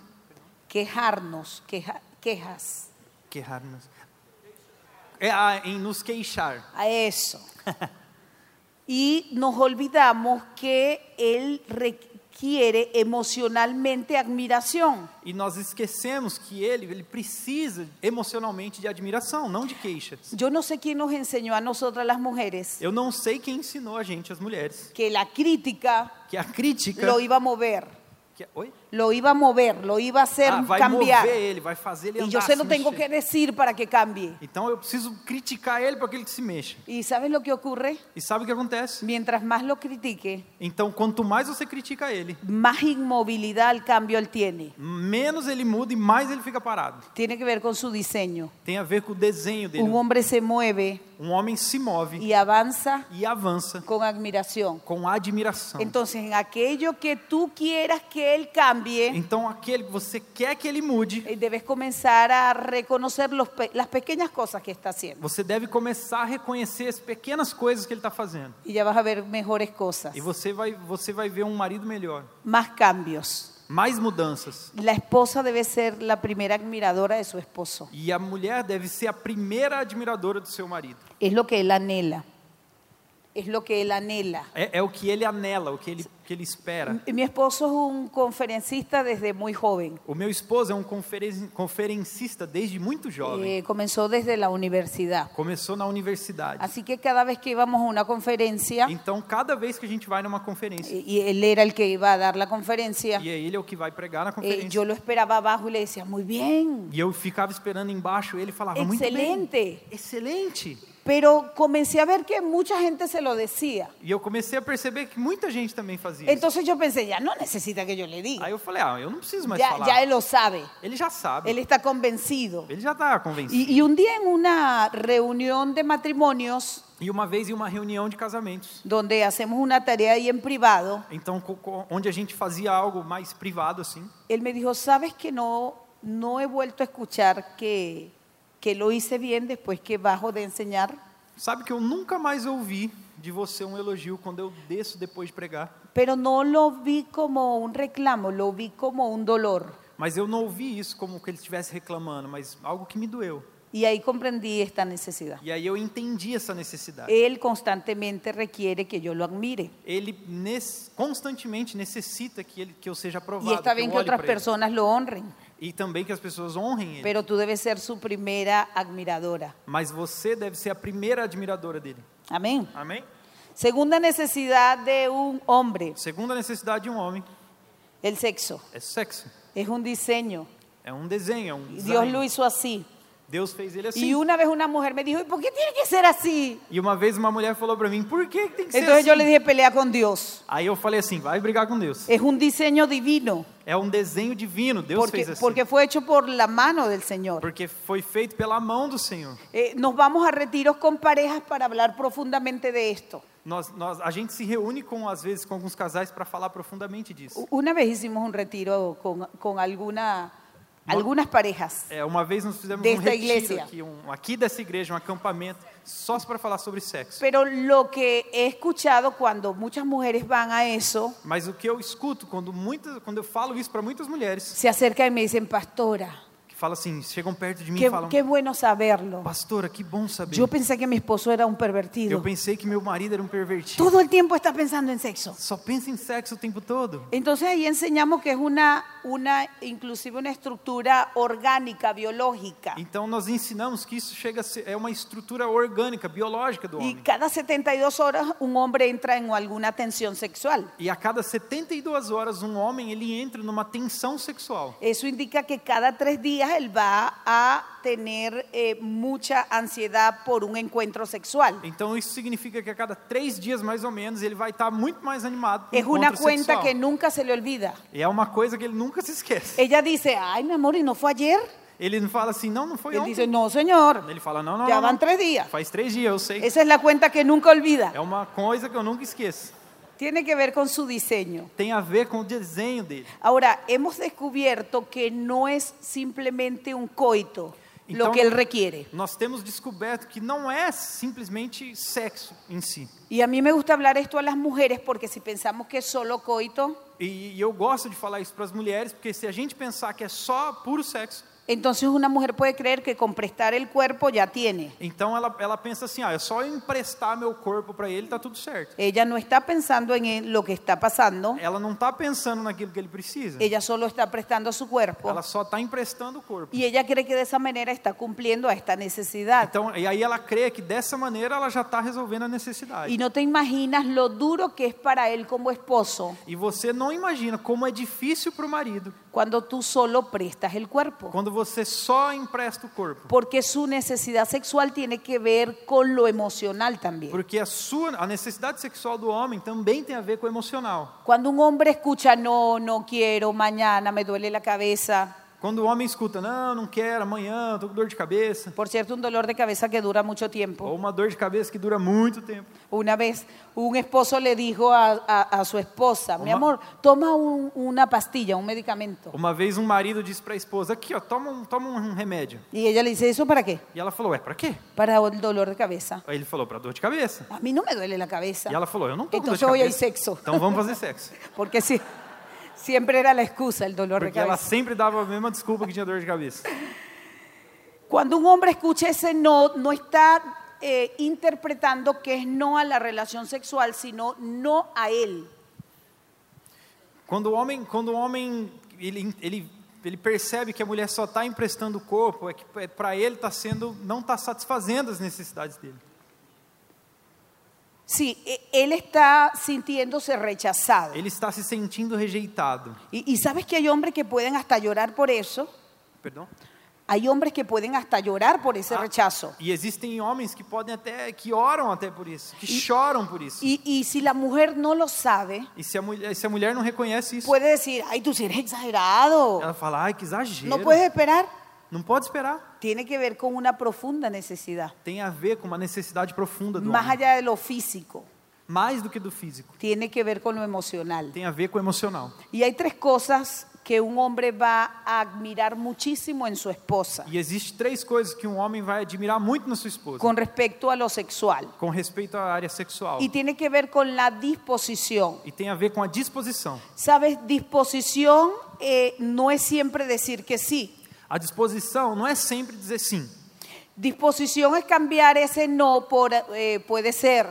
quejarnos, queja- quejas. queixar-nos. É, ah, em nos queixar. a eso. Y nos olvidamos que él requiere emocionalmente admiración. E nós esquecemos que ele, ele precisa emocionalmente de admiração, não de queixas. Yo no sé quién nos enseñó a nosotras las mujeres Eu não sei quem ensinou a gente, as mulheres, que la crítica que a crítica. lo iba a mover, que- oi? lo iba a mover, lo iba a hacer Ah, vai cambiar. mover ele, vai fazer ele andar. Y yo se se lo tengo mexer. que decir para que cambie. Então eu preciso criticar ele para que ele se mexa. ¿Y sabes lo que ocurre? E sabe o que acontece? Mientras más lo critique, Então quanto mais você critica ele, más inmovilidad al cambio él tiene. menos ele muda e mais ele fica parado. Tiene que ver con su diseño. Tem a ver com o desenho dele. Un hombre se mueve Um homem se move y avanza e avança con admiración. com admiração. Entonces, en aquello que tú quieras que él cambie, Então aquele que você quer que ele mude, eh, debes comenzar a reconocer los pe- las pequeñas cosas que está haciendo. você deve começar a reconhecer as pequenas coisas que ele está fazendo. Y ya vas a ver mejores cosas, E você vai, você vai ver um marido melhor, más cambios. mais mudanças. La esposa debe ser la primera admiradora de su esposo. E a mulher deve ser a primeira admiradora do seu marido. Es lo que él anhela. Es lo que él anhela. É, é o que ele anela, o que ele, que ele espera. Mi- Mi esposo es un conferencista desde muy joven. O meu esposo é um conferen- conferencista desde muito jovem. Eh, comenzó desde la universidad. Começou na universidade. Así que cada vez que íbamos a una conferencia, Então, cada vez que a gente vai numa conferência, y y él era el que iba a dar la conferencia, e é ele é o que vai pregar na Eh, yo conferência, lo esperaba abajo y le decía, muy bien, e eu ficava esperando embaixo, ele falava muito bem. excelente. Excelente. Pero comencé a ver que mucha gente se lo decía. E eu comecei a perceber que muita gente também fazia isso. Entonces yo pensé, ya no necesita que yo le diga. Aí eu falei, ah, eu não preciso mais Ya, falar. ya él lo sabe, Ele já sabe. él Ele, está convencido. já está convencido. Y, y un día en una reunión de matrimonios, E uma vez em uma reunião de casamentos, donde hacemos una tarea ahí en privado, então co- co- onde a gente fazia algo mais privado assim, él me dijo, sabes que no, no he vuelto a escuchar que, que lo hice bien después que bajo de enseñar, sabe que eu nunca mais ouvi de você um elogio quando eu desço depois de pregar, pero no lo vi como un reclamo, lo vi como un dolor. mas eu não ouvi isso como que ele estivesse reclamando, mas algo que me doeu. Y ahí comprendí esta necesidad. E aí eu entendi essa necessidade. Él constantemente requiere que yo lo admire. Ele nes- constantemente necessita que, ele, que eu seja aprovado. Y está que eu bien tá que olhe otras pra ele. personas lo honren, E também que as pessoas honrem ele. pero tú debes ser su primera admiradora. Mas você deve ser a primeira admiradora dele. Amén. Amém? Segunda necesidad de un hombre, Segunda necessidade de um homem el sexo. é sexo. Es un diseño. É um desenho, é um Y Dios design. lo hizo así. Deus fez ele assim. Y una vez una mujer me dijo, ¿y por qué tiene que ser así? E uma vez uma mulher falou pra mim, por que que tem que ser Entonces assim? yo le dije, pelea con Dios. Aí eu falei assim, vai brigar com Deus. Es un diseño divino, É um desenho divino, Deus porque, fez assim. porque fue hecho por la mano del Señor. Porque foi feito pela mão do Senhor. Eh, nos vamos a retiros con parejas para hablar profundamente de esto. Nós, nós, a gente se reúne com, às vezes, com alguns casais para falar profundamente disso. U- Una vez hicimos un retiro con, con alguna, algunas parejas. É, uma vez nós fizemos um Desta retiro igresia. aqui, um, aqui dessa igreja, um acampamento, só para falar sobre sexo. Pero lo que he escuchado cuando muchas mujeres van a eso, Mas o que eu escuto quando muitas, quando eu falo isso para muitas mulheres, se acercan y me dicen, pastora, que falam assim, chegam perto de mim e qué, falam, qué bueno saberlo. pastora, que bom saber. Yo pensé que mi esposo era un Eu pervertido. pensei que meu marido era um pervertido. Todo el tiempo está pensando en sexo. Só pensa em sexo o tempo todo. Entonces ahí enseñamos que es una, una inclusive una estructura orgánica, biológica. Então nós ensinamos que isso chega a ser, é uma estrutura orgânica, biológica do Y homem. cada 72 horas un hombre entra en alguna tensión sexual. E a cada 72 horas um homem ele entra numa tensão sexual. Eso indica que cada tres días él va a tener eh, mucha ansiedad por un encuentro sexual. Então isso significa que a cada três dias mais ou menos ele vai estar muito mais animado. pro Es una encontro cuenta sexual. que nunca se le olvida. E é uma coisa que ele nunca se esquece. Ella dice, ay, mi amor, ¿y no fue ayer? Ele não fala assim, não, não Y foi él ontem. dice, no, señor. Ele fala, não, não, Ya não, van não. três dias. Faz três dias, eu sei. Esa es la cuenta que nunca olvida. É uma coisa que eu nunca esqueço. Tiene que ver con su diseño. Tem a ver com o desenho dele. Ahora, hemos descubierto que no es simplemente un coito lo Então- que él requiere. Nós temos descoberto que não é simplesmente sexo em si. Y a mí me gusta hablar esto a las mujeres porque si pensamos que es solo coito, E, e eu gosto de falar isso para as mulheres, porque se a gente pensar que é só puro sexo, entonces una mujer puede creer que con prestar el cuerpo ya tiene. então ela, ela pensa assim, ah, é só eu emprestar meu corpo para ele, tá tudo certo. Ella no está pensando en él, lo que está pasando, Ela não tá pensando naquilo que ele precisa. ella solo está prestando su cuerpo Ela só tá emprestando o corpo. y ella cree que de esa manera está cumpliendo a esta necesidad. Então, e aí ela crê que dessa maneira ela já tá resolvendo a necessidade. Y no te imaginas lo duro que es para él como esposo E você não imagina como é difícil para o marido cuando tú solo prestas el cuerpo. quando você só empresta o corpo. Porque su necesidad sexual tiene que ver con lo emocional también. Porque a sua a necessidade sexual do homem também tem a ver com o emocional. Cuando un hombre escucha, no, no quiero, mañana me duele la cabeza. Quando o homem escuta, não, não quero, amanhã, tô com dor de cabeça, Por cierto, un dolor de cabeza que dura mucho tiempo. ou uma dor de cabeça que dura muito tempo. Una vez un esposo le dijo a, a- a su esposa, mi Uma- amor, toma un- una pastilla, un medicamento. Uma vez um marido disse para a esposa, aqui ó, toma um, toma um remédio. Y ella le dice, ¿eso para quê? E ela falou, é para quê? Para el dolor de cabeza. Aí ele falou, para dor de cabeça. A mí no me duele la cabeza. E ela falou, eu não tô com dor de Então, hoje é cabeça. sexo. Então vamos (laughs) fazer sexo. Porque sí, siempre era la excusa el dolor Porque de ela cabeza. sempre dava a mesma desculpa que tinha dor de cabeça. Cuando un hombre escucha ese no, no está eh, interpretando que es no a la relación sexual, sino no a él. Quando o homem, quando o homem ele, ele, ele percebe que a mulher só está emprestando o corpo, é que é, para ele tá sendo, não está satisfazendo as necessidades dele. Sí, e- él está sintiéndose rechazado. Ele está se sentindo rejeitado. Y, y sabes que hay hombres que pueden hasta llorar por eso. Perdão? Hay hombres que pueden hasta llorar por ese Ah. rechazo. E existem homens que podem até, que oram até por isso, que choram por isso. E, Y, y si la mujer no lo sabe, se, a mulher, se a mulher não reconhece isso, puede decir, ay, tú sí eres exagerado. ela fala, ai que exagero, No puedes esperar. não pode esperar. Tiene que ver con una profunda necesidad, Tem a ver com uma necessidade profunda do más homem, allá de lo físico. mais do que do físico. tiene que ver con lo emocional. Tem a ver com o emocional. Y hay tres cosas que un hombre va a admirar muchísimo en su esposa E existe três coisas que um homem vai admirar muito na sua esposa. con respecto a lo sexual. com respeito à área sexual. Y E, tiene que ver con la disposición. tem a ver com a disposição. Sabes, disposición eh, no es siempre decir que sí. A disposição não é sempre dizer sim. Disposición es cambiar ese no por eh, puede ser.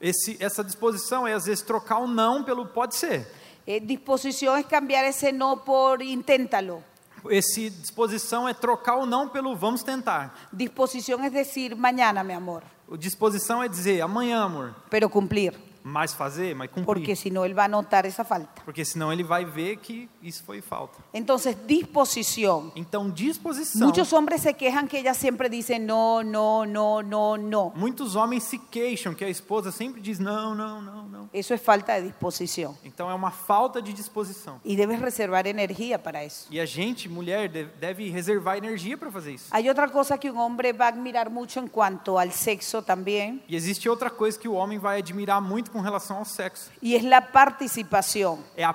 Esse- essa disposição é, às vezes, trocar o não pelo pode ser. Eh, disposición es cambiar ese no por inténtalo. Esse disposição é trocar o não pelo vamos tentar. Disposición es decir mañana, mi amor, O disposição é dizer amanhã, amor, pero cumplir, mas fazer, mas cumprir. porque si no, él va a notar esa falta. Porque senão ele vai ver que isso foi falta. Entonces, disposición. Então, disposição. Muchos hombres se quejan que ella siempre dice no, no, no, no, no. Muitos homens se queixam que a esposa sempre diz não, não, não, não. Eso es falta de disposición. Então é uma falta de disposição. Y debes reservar energía para eso. E a gente, mulher, de- deve reservar energia para fazer isso. Hay otra cosa que un hombre va a admirar mucho en cuanto al sexo también, E existe outra coisa que o homem vai admirar muito com relação ao sexo, y es la participación. é a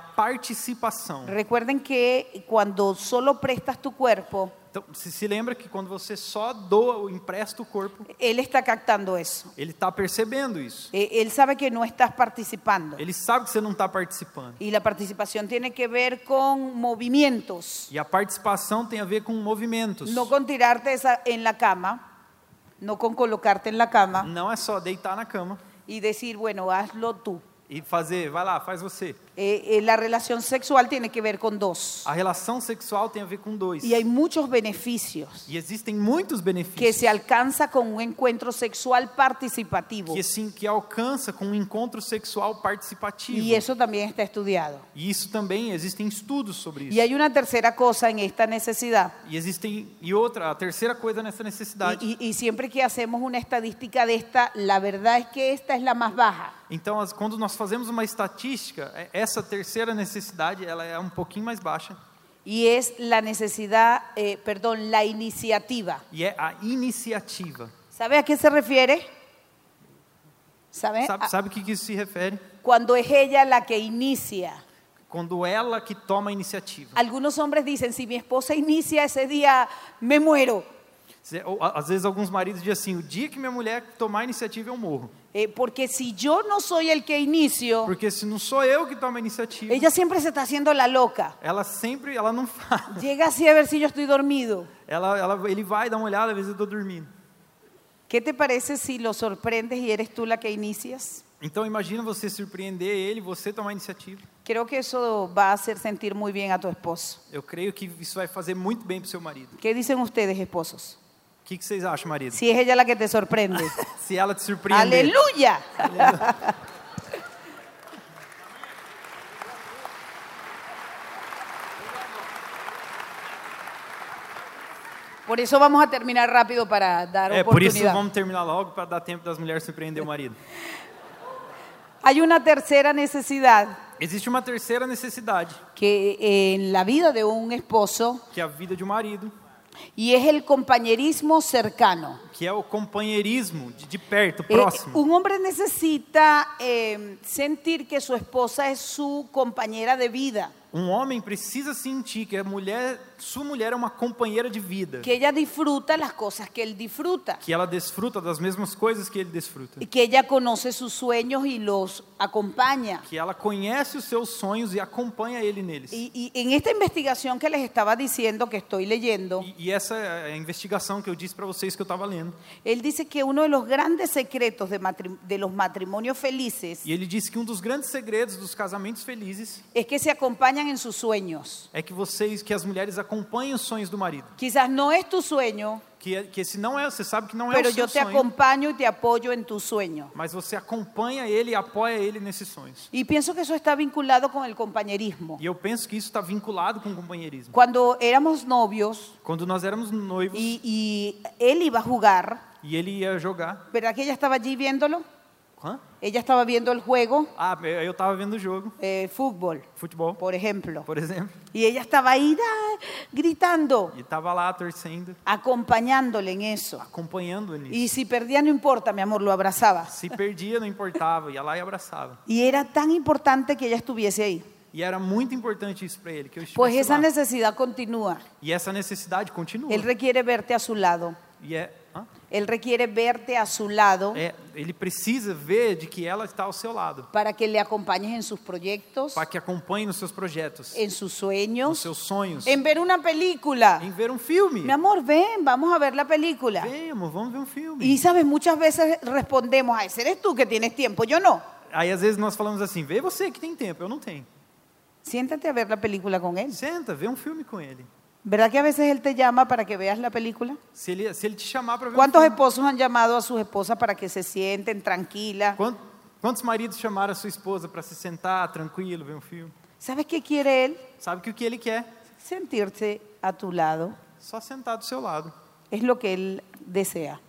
participação. Recuerden que cuando solo prestas tu cuerpo, Então, se se lembra que quando você só doa ou empresta o corpo, él está captando eso. ele está percebendo isso. Eh, Él sabe que no estás participando. Ele sabe que você não está participando. Y la participación tiene que ver con movimientos, E a participação tem a ver com movimentos. no con tirarte esa- en la cama, no con colocarte en la cama Não é só deitar na cama y decir, bueno, hazlo tú. e fazer, vai lá, faz você. Eh, eh, la relación sexual tiene que ver con dos. A relação sexual tem a ver com dois. Y hay muchos beneficios E existem muitos que benefícios se alcanza con un encuentro sexual participativo. que, assim, que alcança com um encontro sexual participativo. Y eso también está estudiado. E isso também existem estudos sobre isso. Y hay una tercera cosa en esta necesidad. E existem y outra, a terceira coisa nessa necessidade. Y, y- y siempre que hacemos una estadística de esta, la verdad es que esta es la más baja. Então, as- quando nós fazemos uma estatística, é- essa terceira necessidade ela é um pouquinho mais baixa Y es la necesidad, eh, perdón, la iniciativa. e é a iniciativa. ¿Sabe a qué se refiere? ¿Sabe? Sabe, É A- sabe o que que isso se refere? Cuando es ella la que inicia. Quando ela que toma a iniciativa. Algunos hombres dicen, si mi esposa inicia ese día, me muero. Se- ou, a- Às vezes alguns maridos dizem assim: o dia que minha mulher tomar a iniciativa eu morro, Eh, porque si yo no soy el que inicio, porque se não sou eu que tomo a iniciativa, ella siempre se está haciendo la loca. ela sempre, ela não (laughs) faz. Llega así a ver si yo estoy dormido. Ela, ela, ele vai dar uma olhada, às vezes eu tô dormindo. ¿Qué te parece si lo sorprendes y eres tú la que inicias? Então imagina você surpreender ele, você tomar a iniciativa. Creo que eso va a hacer sentir muy bien a tu esposo. Eu creio que isso vai fazer muito bem pro seu marido. ¿Qué dicen ustedes, esposos? O que, que vocês acham, marido? Si es ella la que te (laughs) sorprende. Se ela te surpreender. Aleluya. (laughs) Por eso vamos a terminar rápido para dar É, Eh, por isso oportunidad. vamos terminar logo para dar tempo das mulheres surpreender o marido. Hay una tercera necesidad Existe uma terceira necessidade, que eh, en la vida de un esposo que é a vida de um marido, y es el compañerismo cercano. que é o companheirismo de, de perto, Eh, próximo. un hombre necesita eh, sentir que su esposa es su compañera de vida, Um homem precisa sentir que a mulher, sua mulher é uma companheira de vida, que ella disfruta las cosas que él disfruta. que ela desfruta das mesmas coisas que ele desfruta, y que ella conoce sus sueños y los acompaña. que ela conhece os seus sonhos e acompanha ele neles. E, Y, y en esta investigación que les estaba diciendo, que estoy leyendo, e essa é a investigação que eu disse para vocês que eu estava lendo. él dice que uno de los grandes secretos de, matri- de los matrimonios felices E ele disse que um dos grandes segredos dos casamentos felizes es que se acompañan en sus sueños. é que vocês, que as mulheres acompanhem os sonhos do marido. Quizás no es tu sueño, Que, é- que esse não é, você sabe que não é pero o seu yo te sonho, acompaño y te apoyo en tu sueño. mas você acompanha ele e apoia ele nesses sonhos. Y pienso que eso está vinculado con el compañerismo. E eu penso que isso está vinculado com o companheirismo. Cuando éramos novios Quando nós éramos noivos y, e, y él iba a jugar, ele ia jogar, ¿verdad que ella estaba allí viéndolo? Hã? Ela estava vendo el juego, ah, eu estava vendo o jogo, eh, fútbol, futebol, por ejemplo. por exemplo, Y ella estaba ahí ah, gritando, e estava lá torcendo, acompañándole en eso. acompanhando ele. Y si perdía, no importa, mi amor, lo abrazaba. Se perdia, não importava, ia lá e abraçava. Y era tan importante que ella estuviese ahí. E era muito importante isso para ele, que eu Pues estivesse esa lá. necesidad continúa. E essa necessidade continua. Él requiere verte a su lado. E é, hã? Él requiere verte a su lado É, ele precisa ver de que ela está ao seu lado, para que le acompañes en sus proyectos, para que acompanhe nos seus projetos, en sus nos sueños, seus sonhos, en ver una película. em ver um filme. Mi amor, ven, vamos a ver la película. Vem, amor, vamos ver um filme. Y sabes, muchas veces respondemos, ay, eres tú que tienes tiempo, yo no. Aí às vezes nós falamos assim: vê você que tem tempo, eu não tenho. Siéntate a ver la película con él. Senta, vê um filme com ele. ¿Verdad que a veces él te llama para que veas la película? Se ele, se ele te chamar para ver um ¿Cuántos filme. esposos han llamado a sus esposas para que se sienten tranquilas? Quant- Quantos maridos chamaram a sua esposa para se sentar tranquilo, ver um filme? ¿Sabes qué quiere él? Sabe que o que ele quer? Sentirse a tu lado. Só sentar do seu lado. Es lo que él desea.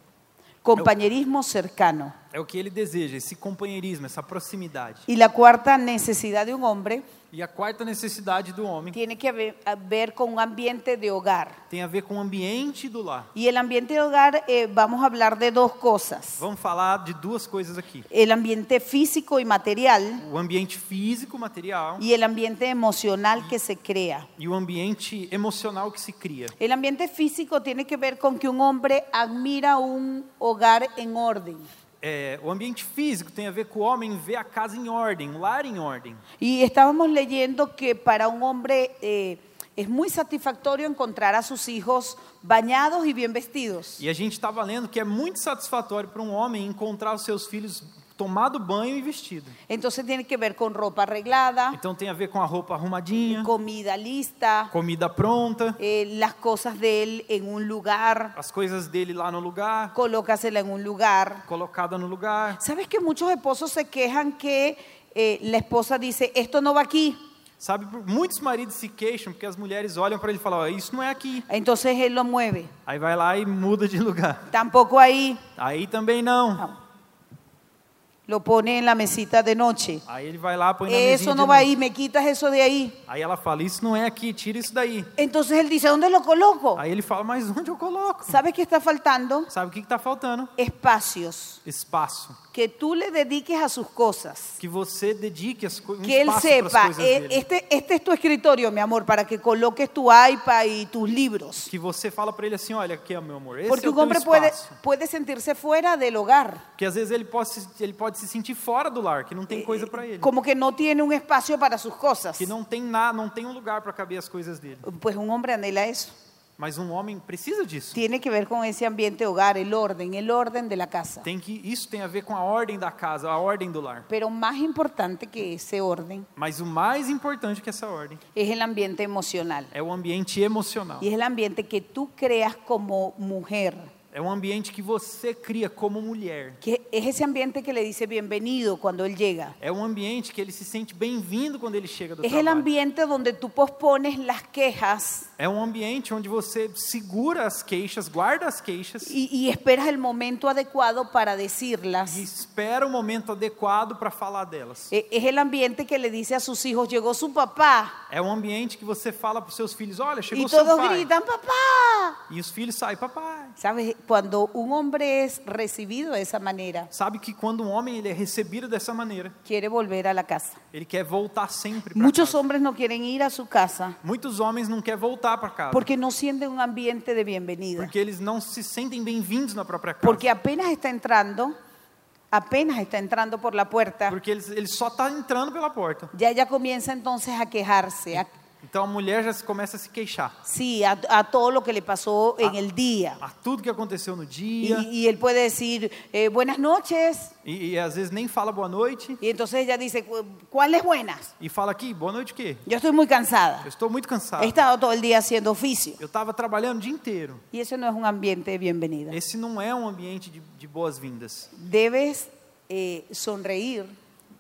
Compañerismo cercano. É o que ele deseja, esse companheirismo, esa proximidade. Y la cuarta necesidad de un hombre E a quarta necessidade do homem tiene que ver- a ver con un ambiente de hogar. tem a ver com o ambiente do lar. Y el ambiente de hogar eh, vamos a hablar de dos cosas. Vamos falar de duas coisas aqui: El ambiente físico y material o ambiente físico, material, y el ambiente emocional que se crea. e o ambiente emocional que se cria. El ambiente físico tiene que ver con que un hombre admira un hogar en orden. É, o ambiente físico tem a ver com o homem ver a casa em ordem, o lar em ordem. Y estábamos leyendo que para un hombre eh, es muy satisfactorio encontrar a sus hijos bañados y bien vestidos. E a gente estava lendo que é muito satisfatório para um homem encontrar os seus filhos tomado banho e vestido. Entonces tiene que ver con ropa arreglada, Então tem a ver com a roupa arrumadinha, comida lista, comida pronta, eh, las cosas de él en un lugar, as coisas dele lá no lugar, colócasela en un lugar. colocada no lugar. ¿Sabes que muchos esposos se quejan que eh, la esposa dice, esto no va aquí? Sabe, por- muitos maridos se queixam porque as mulheres olham para ele e falam: "Ó, Isso não é aqui. Entonces él lo mueve. Aí vai lá e muda de (laughs) lugar. Tampoco ahí Aí também não. lo pone en la mesita de noche. Aí ele vai lá, põe na mesinha Eso de no va novo. ahí, me quitas eso de ahí. Aí ela fala: Isso não é aqui, tira isso daí. Entonces él dice, ¿dónde lo coloco? Aí ele fala: Mas onde eu coloco? ¿Sabes qué está faltando? Sabe o que está faltando? Espacios Espaço. que tú le dediques a sus cosas. Que você dedique as co um Que él espaço para as sepa, coisas eh, dele. este, este es tu escritorio, mi amor, para que coloques tu iPad y tus libros. Que você fala para ele assim, olha aqui, ó, meu amor, esse Porque é o un teu hombre puede, espaço. puede sentirse fuera del hogar, Porque às vezes ele pode, se- ele pode se sentir fora do lar, que não tem coisa para ele. como que no tiene un espacio para sus cosas. Que não tem nada, não tem um lugar para caber as coisas dele. Pues un hombre anhela eso. Mas um homem precisa disso. Tiene que ver con ese ambiente hogar, el orden, el orden de la casa. Tem que isso tem a ver com a ordem da casa, a ordem do lar. Pero más importante que ese orden Mas o mais importante que essa ordem es el ambiente emocional. é o ambiente emocional. Y es el ambiente que tú creas como mujer, É um ambiente que você cria como mulher. que es ese ambiente que le dice bienvenido cuando él llega. É um ambiente que ele se sente bem-vindo quando ele chega do Es el trabalho. ambiente donde tú pospones las quejas É um ambiente onde você segura as queixas, guarda as queixas y, y esperas el momento adecuado para e decirlas. espera o momento adequado para falar delas. E- Es el ambiente que le dice a sus hijos, llegó su papá. É um ambiente que você fala para os seus filhos, olha, Y chegou seu todos pai. gritan, papá. E os filhos saem, papai. ¿Sabes? Cuando un hombre es recibido de esa manera, Sabe que quando um homem ele é recebido dessa maneira, quiere volver a la casa. ele quer voltar sempre para Muchos casa. hombres no quieren ir a su casa Muitos homens não querem voltar para casa. porque no sienten un ambiente de bienvenida. Porque eles não se sentem bem-vindos na própria casa. Porque apenas está entrando, apenas está entrando por la puerta, Porque eles, ele só está entrando pela porta. ya ella comienza entonces a quejarse, a- Então a mulher já se- começa a se queixar. sí, a, a todo lo que le pasó Ah. en el día. A tudo que aconteceu no Y, dia. y él puede decir, eh, buenas noches. E, e às vezes nem fala boa noite Y entonces ella dice, "Cu- ¿cuáles buenas? e fala aqui, boa noite o quê? Yo estoy muy cansada. Eu estou muito cansado. He estado todo el día haciendo oficio. Eu estava trabalhando o dia inteiro. Y eso no es un ambiente de bienvenida. Esse não é um ambiente de, de boas-vindas. Debes eh, sonreír,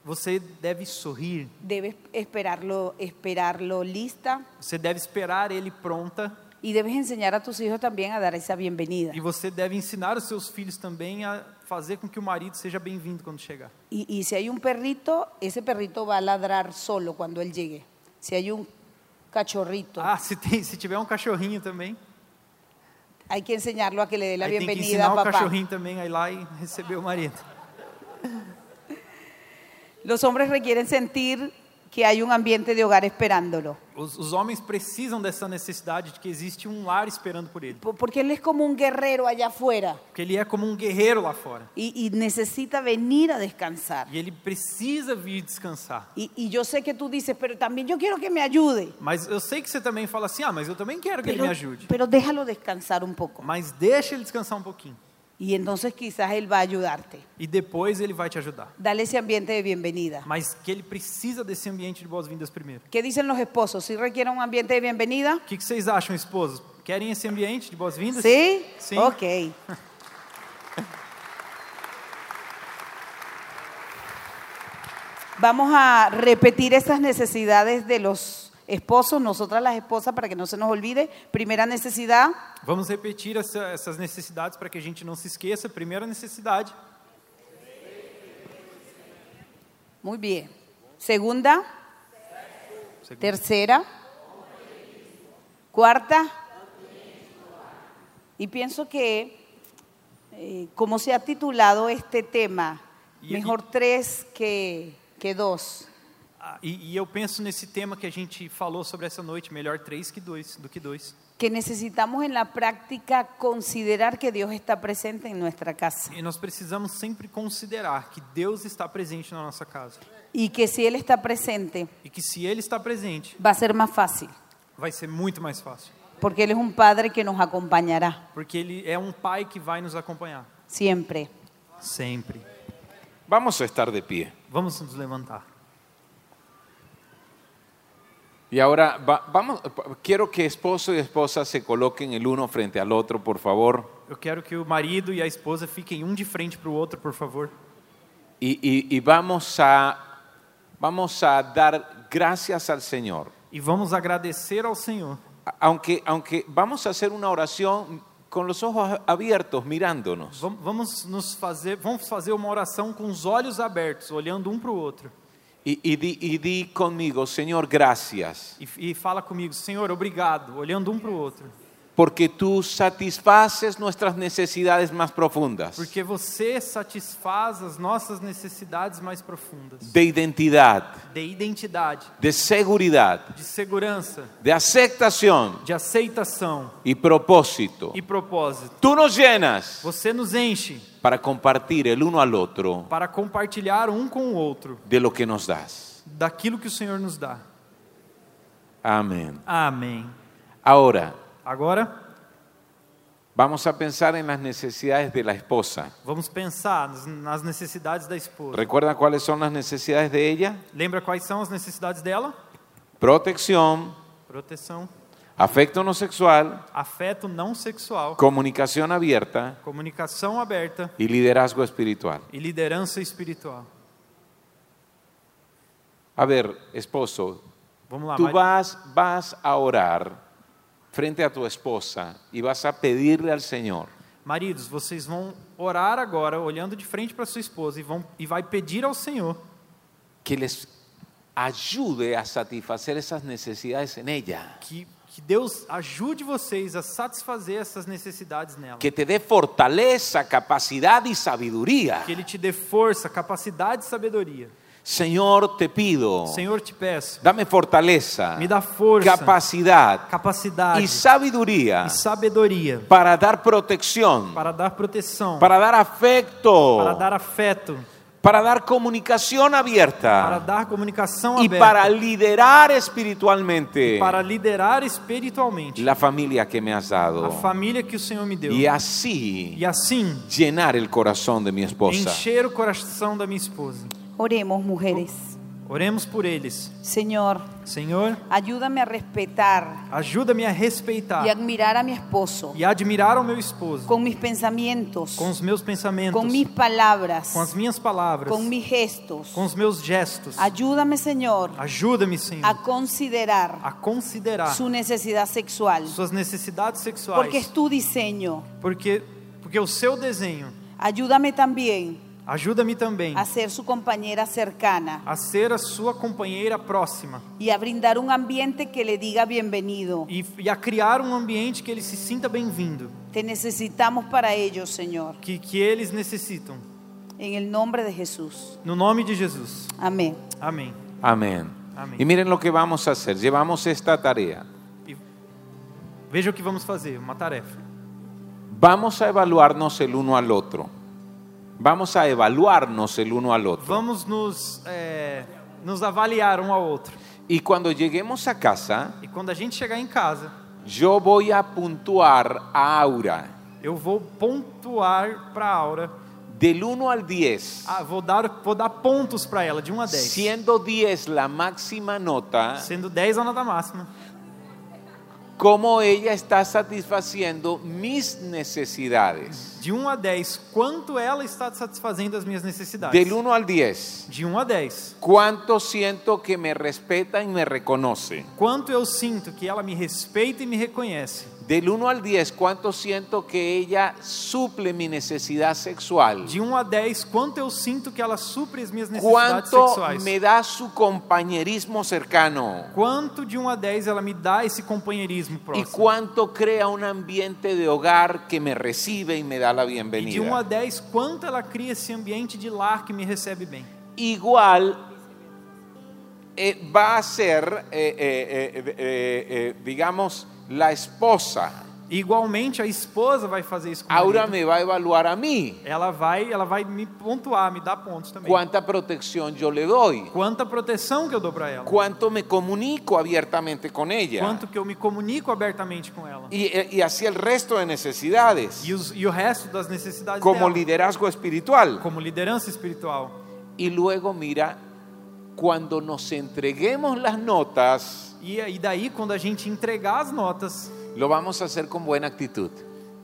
Você deve sorrir. debes esperarlo, esperarlo lista Você deve esperar ele pronta. y debes enseñar a tus hijos también a dar esa bienvenida. E você deve ensinar os seus filhos também a fazer com que o marido seja bem-vindo quando chegar. Y, y si hay un perrito, ese perrito va a ladrar solo cuando él llegue. Si hay un cachorrito, Ah, se, tem, se tiver um cachorrinho também, hay que enseñarlo a que le dé la aí tem que bienvenida ensinar a o é papá. cachorrinho também a ir lá e receber o marido. Los hombres requieren sentir que hay un ambiente de hogar esperándolo. Os, os homens precisam dessa necessidade de que existe um lar esperando por ele. Por- Porque él es como un guerrero allá afuera Porque ele é como um guerreiro lá fora. y, y necesita venir a descansar. E ele precisa vir descansar. Y, y yo sé que tú dices, pero también yo quiero que me ayude. Mas eu sei que você também fala assim: ah, mas eu também quero que ele Pero, me ajude. pero déjalo descansar un poco. Mas deixa ele descansar um pouquinho. Y entonces quizás él va a ayudarte. E depois ele vai te ajudar. Dale ese ambiente de bienvenida. Mas que ele precisa desse ambiente de boas-vindas primeiro. ¿Qué dicen los esposos? ¿Sí requieren un ambiente de bienvenida? O que, que vocês acham, esposos? Querem esse ambiente de boas-vindas? ¿Sí? Sim. Ok. (laughs) Vamos a repetir esas necesidades de los esposos, nosotras las esposas, para que no se nos olvide. Primera necesidad, Vamos repetir essa- essas necessidades para que a gente não se esqueça. Primeira necessidade, muy bien. Segunda, segunda, tercera, cuarta. Y pienso que, eh, como se ha titulado este tema, Y- mejor tres que, que dos. Ah, E, e eu penso nesse tema que a gente falou sobre essa noite, melhor três que dois do que dois. que necesitamos en la práctica considerar que Dios está presente en nuestra casa E nós precisamos sempre considerar que Deus está presente na nossa casa y que si Él está presente e que se Ele está presente, va a ser más fácil, vai ser muito mais fácil, porque Él es un Padre que nos acompañará porque Ele é um Pai que vai nos acompanhar siempre. sempre. Vamos a estar de pie. Vamos nos levantar. Y ahora va- vamos, quiero que esposo y esposa se coloquen el uno frente al otro, por favor. Eu quero que o marido e a esposa fiquem um de frente para o outro, por favor. Y, y- y vamos, a, vamos a dar gracias al Señor. E vamos agradecer ao Senhor. A- Aunque, aunque vamos a hacer una oración con los ojos abiertos, mirándonos. Vam- Vamos nos fazer, vamos fazer uma oração com os olhos abertos, olhando um para o outro. Y, y di, y di conmigo, Señor, gracias, E, e fala comigo, Senhor, obrigado, olhando um para o outro, porque tú satisfaces nuestras necesidades más profundas porque você satisfaz as nossas necessidades mais profundas de identidad, de identidade, de seguridad, de segurança, de aceptación de aceitação y propósito. e propósito. Tú nos llenas Você nos enche para compartir el uno al otro para compartilhar um com o outro de lo que nos das. daquilo que o Senhor nos dá. Amén. Amém. Ahora, Agora, vamos a pensar en las necesidades de la esposa. vamos pensar nas- nas necessidades da esposa. ¿Recuerda cuáles son las necesidades de ella? Lembra quais são as necessidades dela? Protección, Proteção, afecto no sexual, afeto não sexual, comunicación abierta comunicação aberta y liderazgo espiritual. e liderança espiritual. A ver, esposo, Vamos lá, tú Mari. vas, vas a orar frente a tu esposa y vas a pedirle al Señor maridos, vocês vão orar agora, olhando de frente para sua esposa e vão e vai pedir ao Senhor que les ayude a satisfacer esas necesidades en ella, que que Deus ajude vocês a satisfazer essas necessidades nela. que te dé fortaleza, capacidad y sabiduría. Que ele te dê força, capacidade e sabedoria. Señor, te pido, Senhor, te peço, dame fortaleza, me dá força, capacidad capacidade y sabiduría e sabedoria para dar protección, para dar proteção, para dar afecto, para dar afeto, para dar comunicación para abierta dar comunicação y aberta. para liderar espiritualmente para liderar espiritualmente la familia que me has a dado família que o Senhor me deu. y así E assim, llenar el corazón de mi esposa. encher o coração da minha esposa. Oremos, mujeres. Oremos por eles. Señor, Senhor, ayúdame a respetar ajuda-me a respeitar y admirar a mi esposo e admirar o meu esposo con mis pensamientos, com os meus pensamentos, con mis palabras, com as minhas palavras, con mis gestos. com os meus gestos. Ayúdame, Señor, Ajuda-me, Senhor, a considerar a considerar su necesidad sexual, suas necessidades sexuais, porque es tu diseño. porque porque o seu desenho Ayúdame también ajuda-me também a ser su compañera cercana a ser a sua companheira próxima. y a brindar un ambiente que le diga bienvenido. e, e a criar um ambiente que ele se sinta bem-vindo, Te necesitamos para ello, Señor, que, que eles necessitam. en el nombre de Jesús. No nome de Jesus. Amén. Amém. Amén. Amém. Y miren lo que vamos a hacer. Llevamos esta tarea. E veja o que vamos fazer, uma tarefa. Vamos a evaluarnos el uno al otro. Vamos a evaluarnos el uno al otro. Vamos nos, é, nos avaliar um ao outro. Y cuando lleguemos a casa, E quando a gente chegar em casa, yo voy a puntuar a Aura eu vou pontuar para a Aura. del 1 al 10. Ah, vou, dar, vou dar pontos para ela, de 1 a 10. Siendo 10 la máxima nota, Sendo 10 a nota máxima. cómo ella está satisfaciendo mis necesidades. De 1 a 10, quanto ela está satisfazendo as minhas necessidades? Del 1 al 10, De 1 a 10, cuánto siento que me respeta y me reconoce. quanto eu sinto que ela me respeita e me reconhece? Del 1 al 10, cuánto siento que ella suple mi necesidad sexual. De 1 a 10, quanto eu sinto que ela supre as minhas necessidades Cuánto sexuais? me da su compañerismo cercano. Quanto de 1 a 10 ela me dá esse companheirismo Y próximo? cuánto crea un ambiente de hogar que me recibe y me da la E de 1 a bienvenida. 10, quanto ela cria esse ambiente de lar que me recebe bem? Igual eh, va a ser, eh, eh, eh, eh, eh, digamos, la esposa. E, Igualmente, a esposa vai fazer isso com o Ahora marido. me va a evaluar a mí. Ela vai, ela vai me pontuar, me dar pontos também. Cuánta protección yo le doy. Quanta proteção que eu dou para ela? Cuánto me comunico abiertamente con ella. Quanto que eu me comunico abertamente com ela? Y, eh, y así el resto de necesidades. E, os- e o resto das necessidades Como dela, liderazgo espiritual. como liderança espiritual. Y luego mira, cuando nos entreguemos las notas, E, e daí, quando a gente entregar as notas, lo vamos a hacer con buena actitud.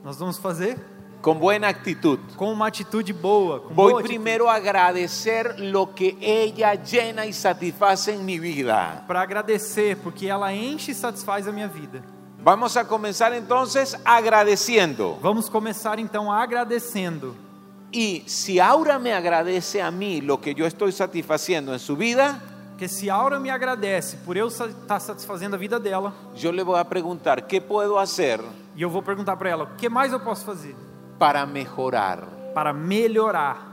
nós vamos fazer Con buena actitud. com uma atitude boa. Com boa Voy atitude. primero a agradecer lo que ella llena y satisface en mi vida. para agradecer, porque ela enche e satisfaz a minha vida. Vamos a comenzar entonces agradeciendo. Vamos começar então agradecendo. Y si Aura me agradece a mí lo que yo estoy satisfaciendo en su vida, Porque se Aura me agradece por eu estar satisfazendo a vida dela, yo le voy a preguntar, ¿qué puedo hacer e eu vou perguntar para ela, o que mais eu posso fazer para mejorar? para melhorar?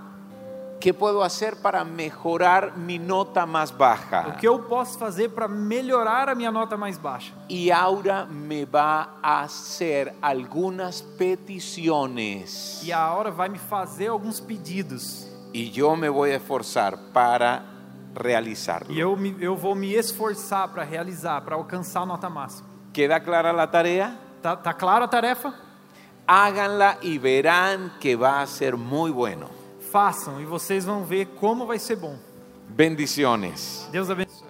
¿Qué puedo hacer para mejorar mi nota más baja? O que eu posso fazer para melhorar a minha nota mais baixa? Y Aura me va a hacer algunas peticiones. E a Aura vai me fazer alguns pedidos, Y yo me voy a esforzar para e realizarlo. eu, me- eu vou me esforçar para realizar, para alcançar a nota máxima. ¿Queda clara la tarea? Tá, tá clara a tarefa? Háganla y verán que va a ser muy bueno. Façam, e vocês vão ver como vai ser bom. Bendiciones. Deus abençoe.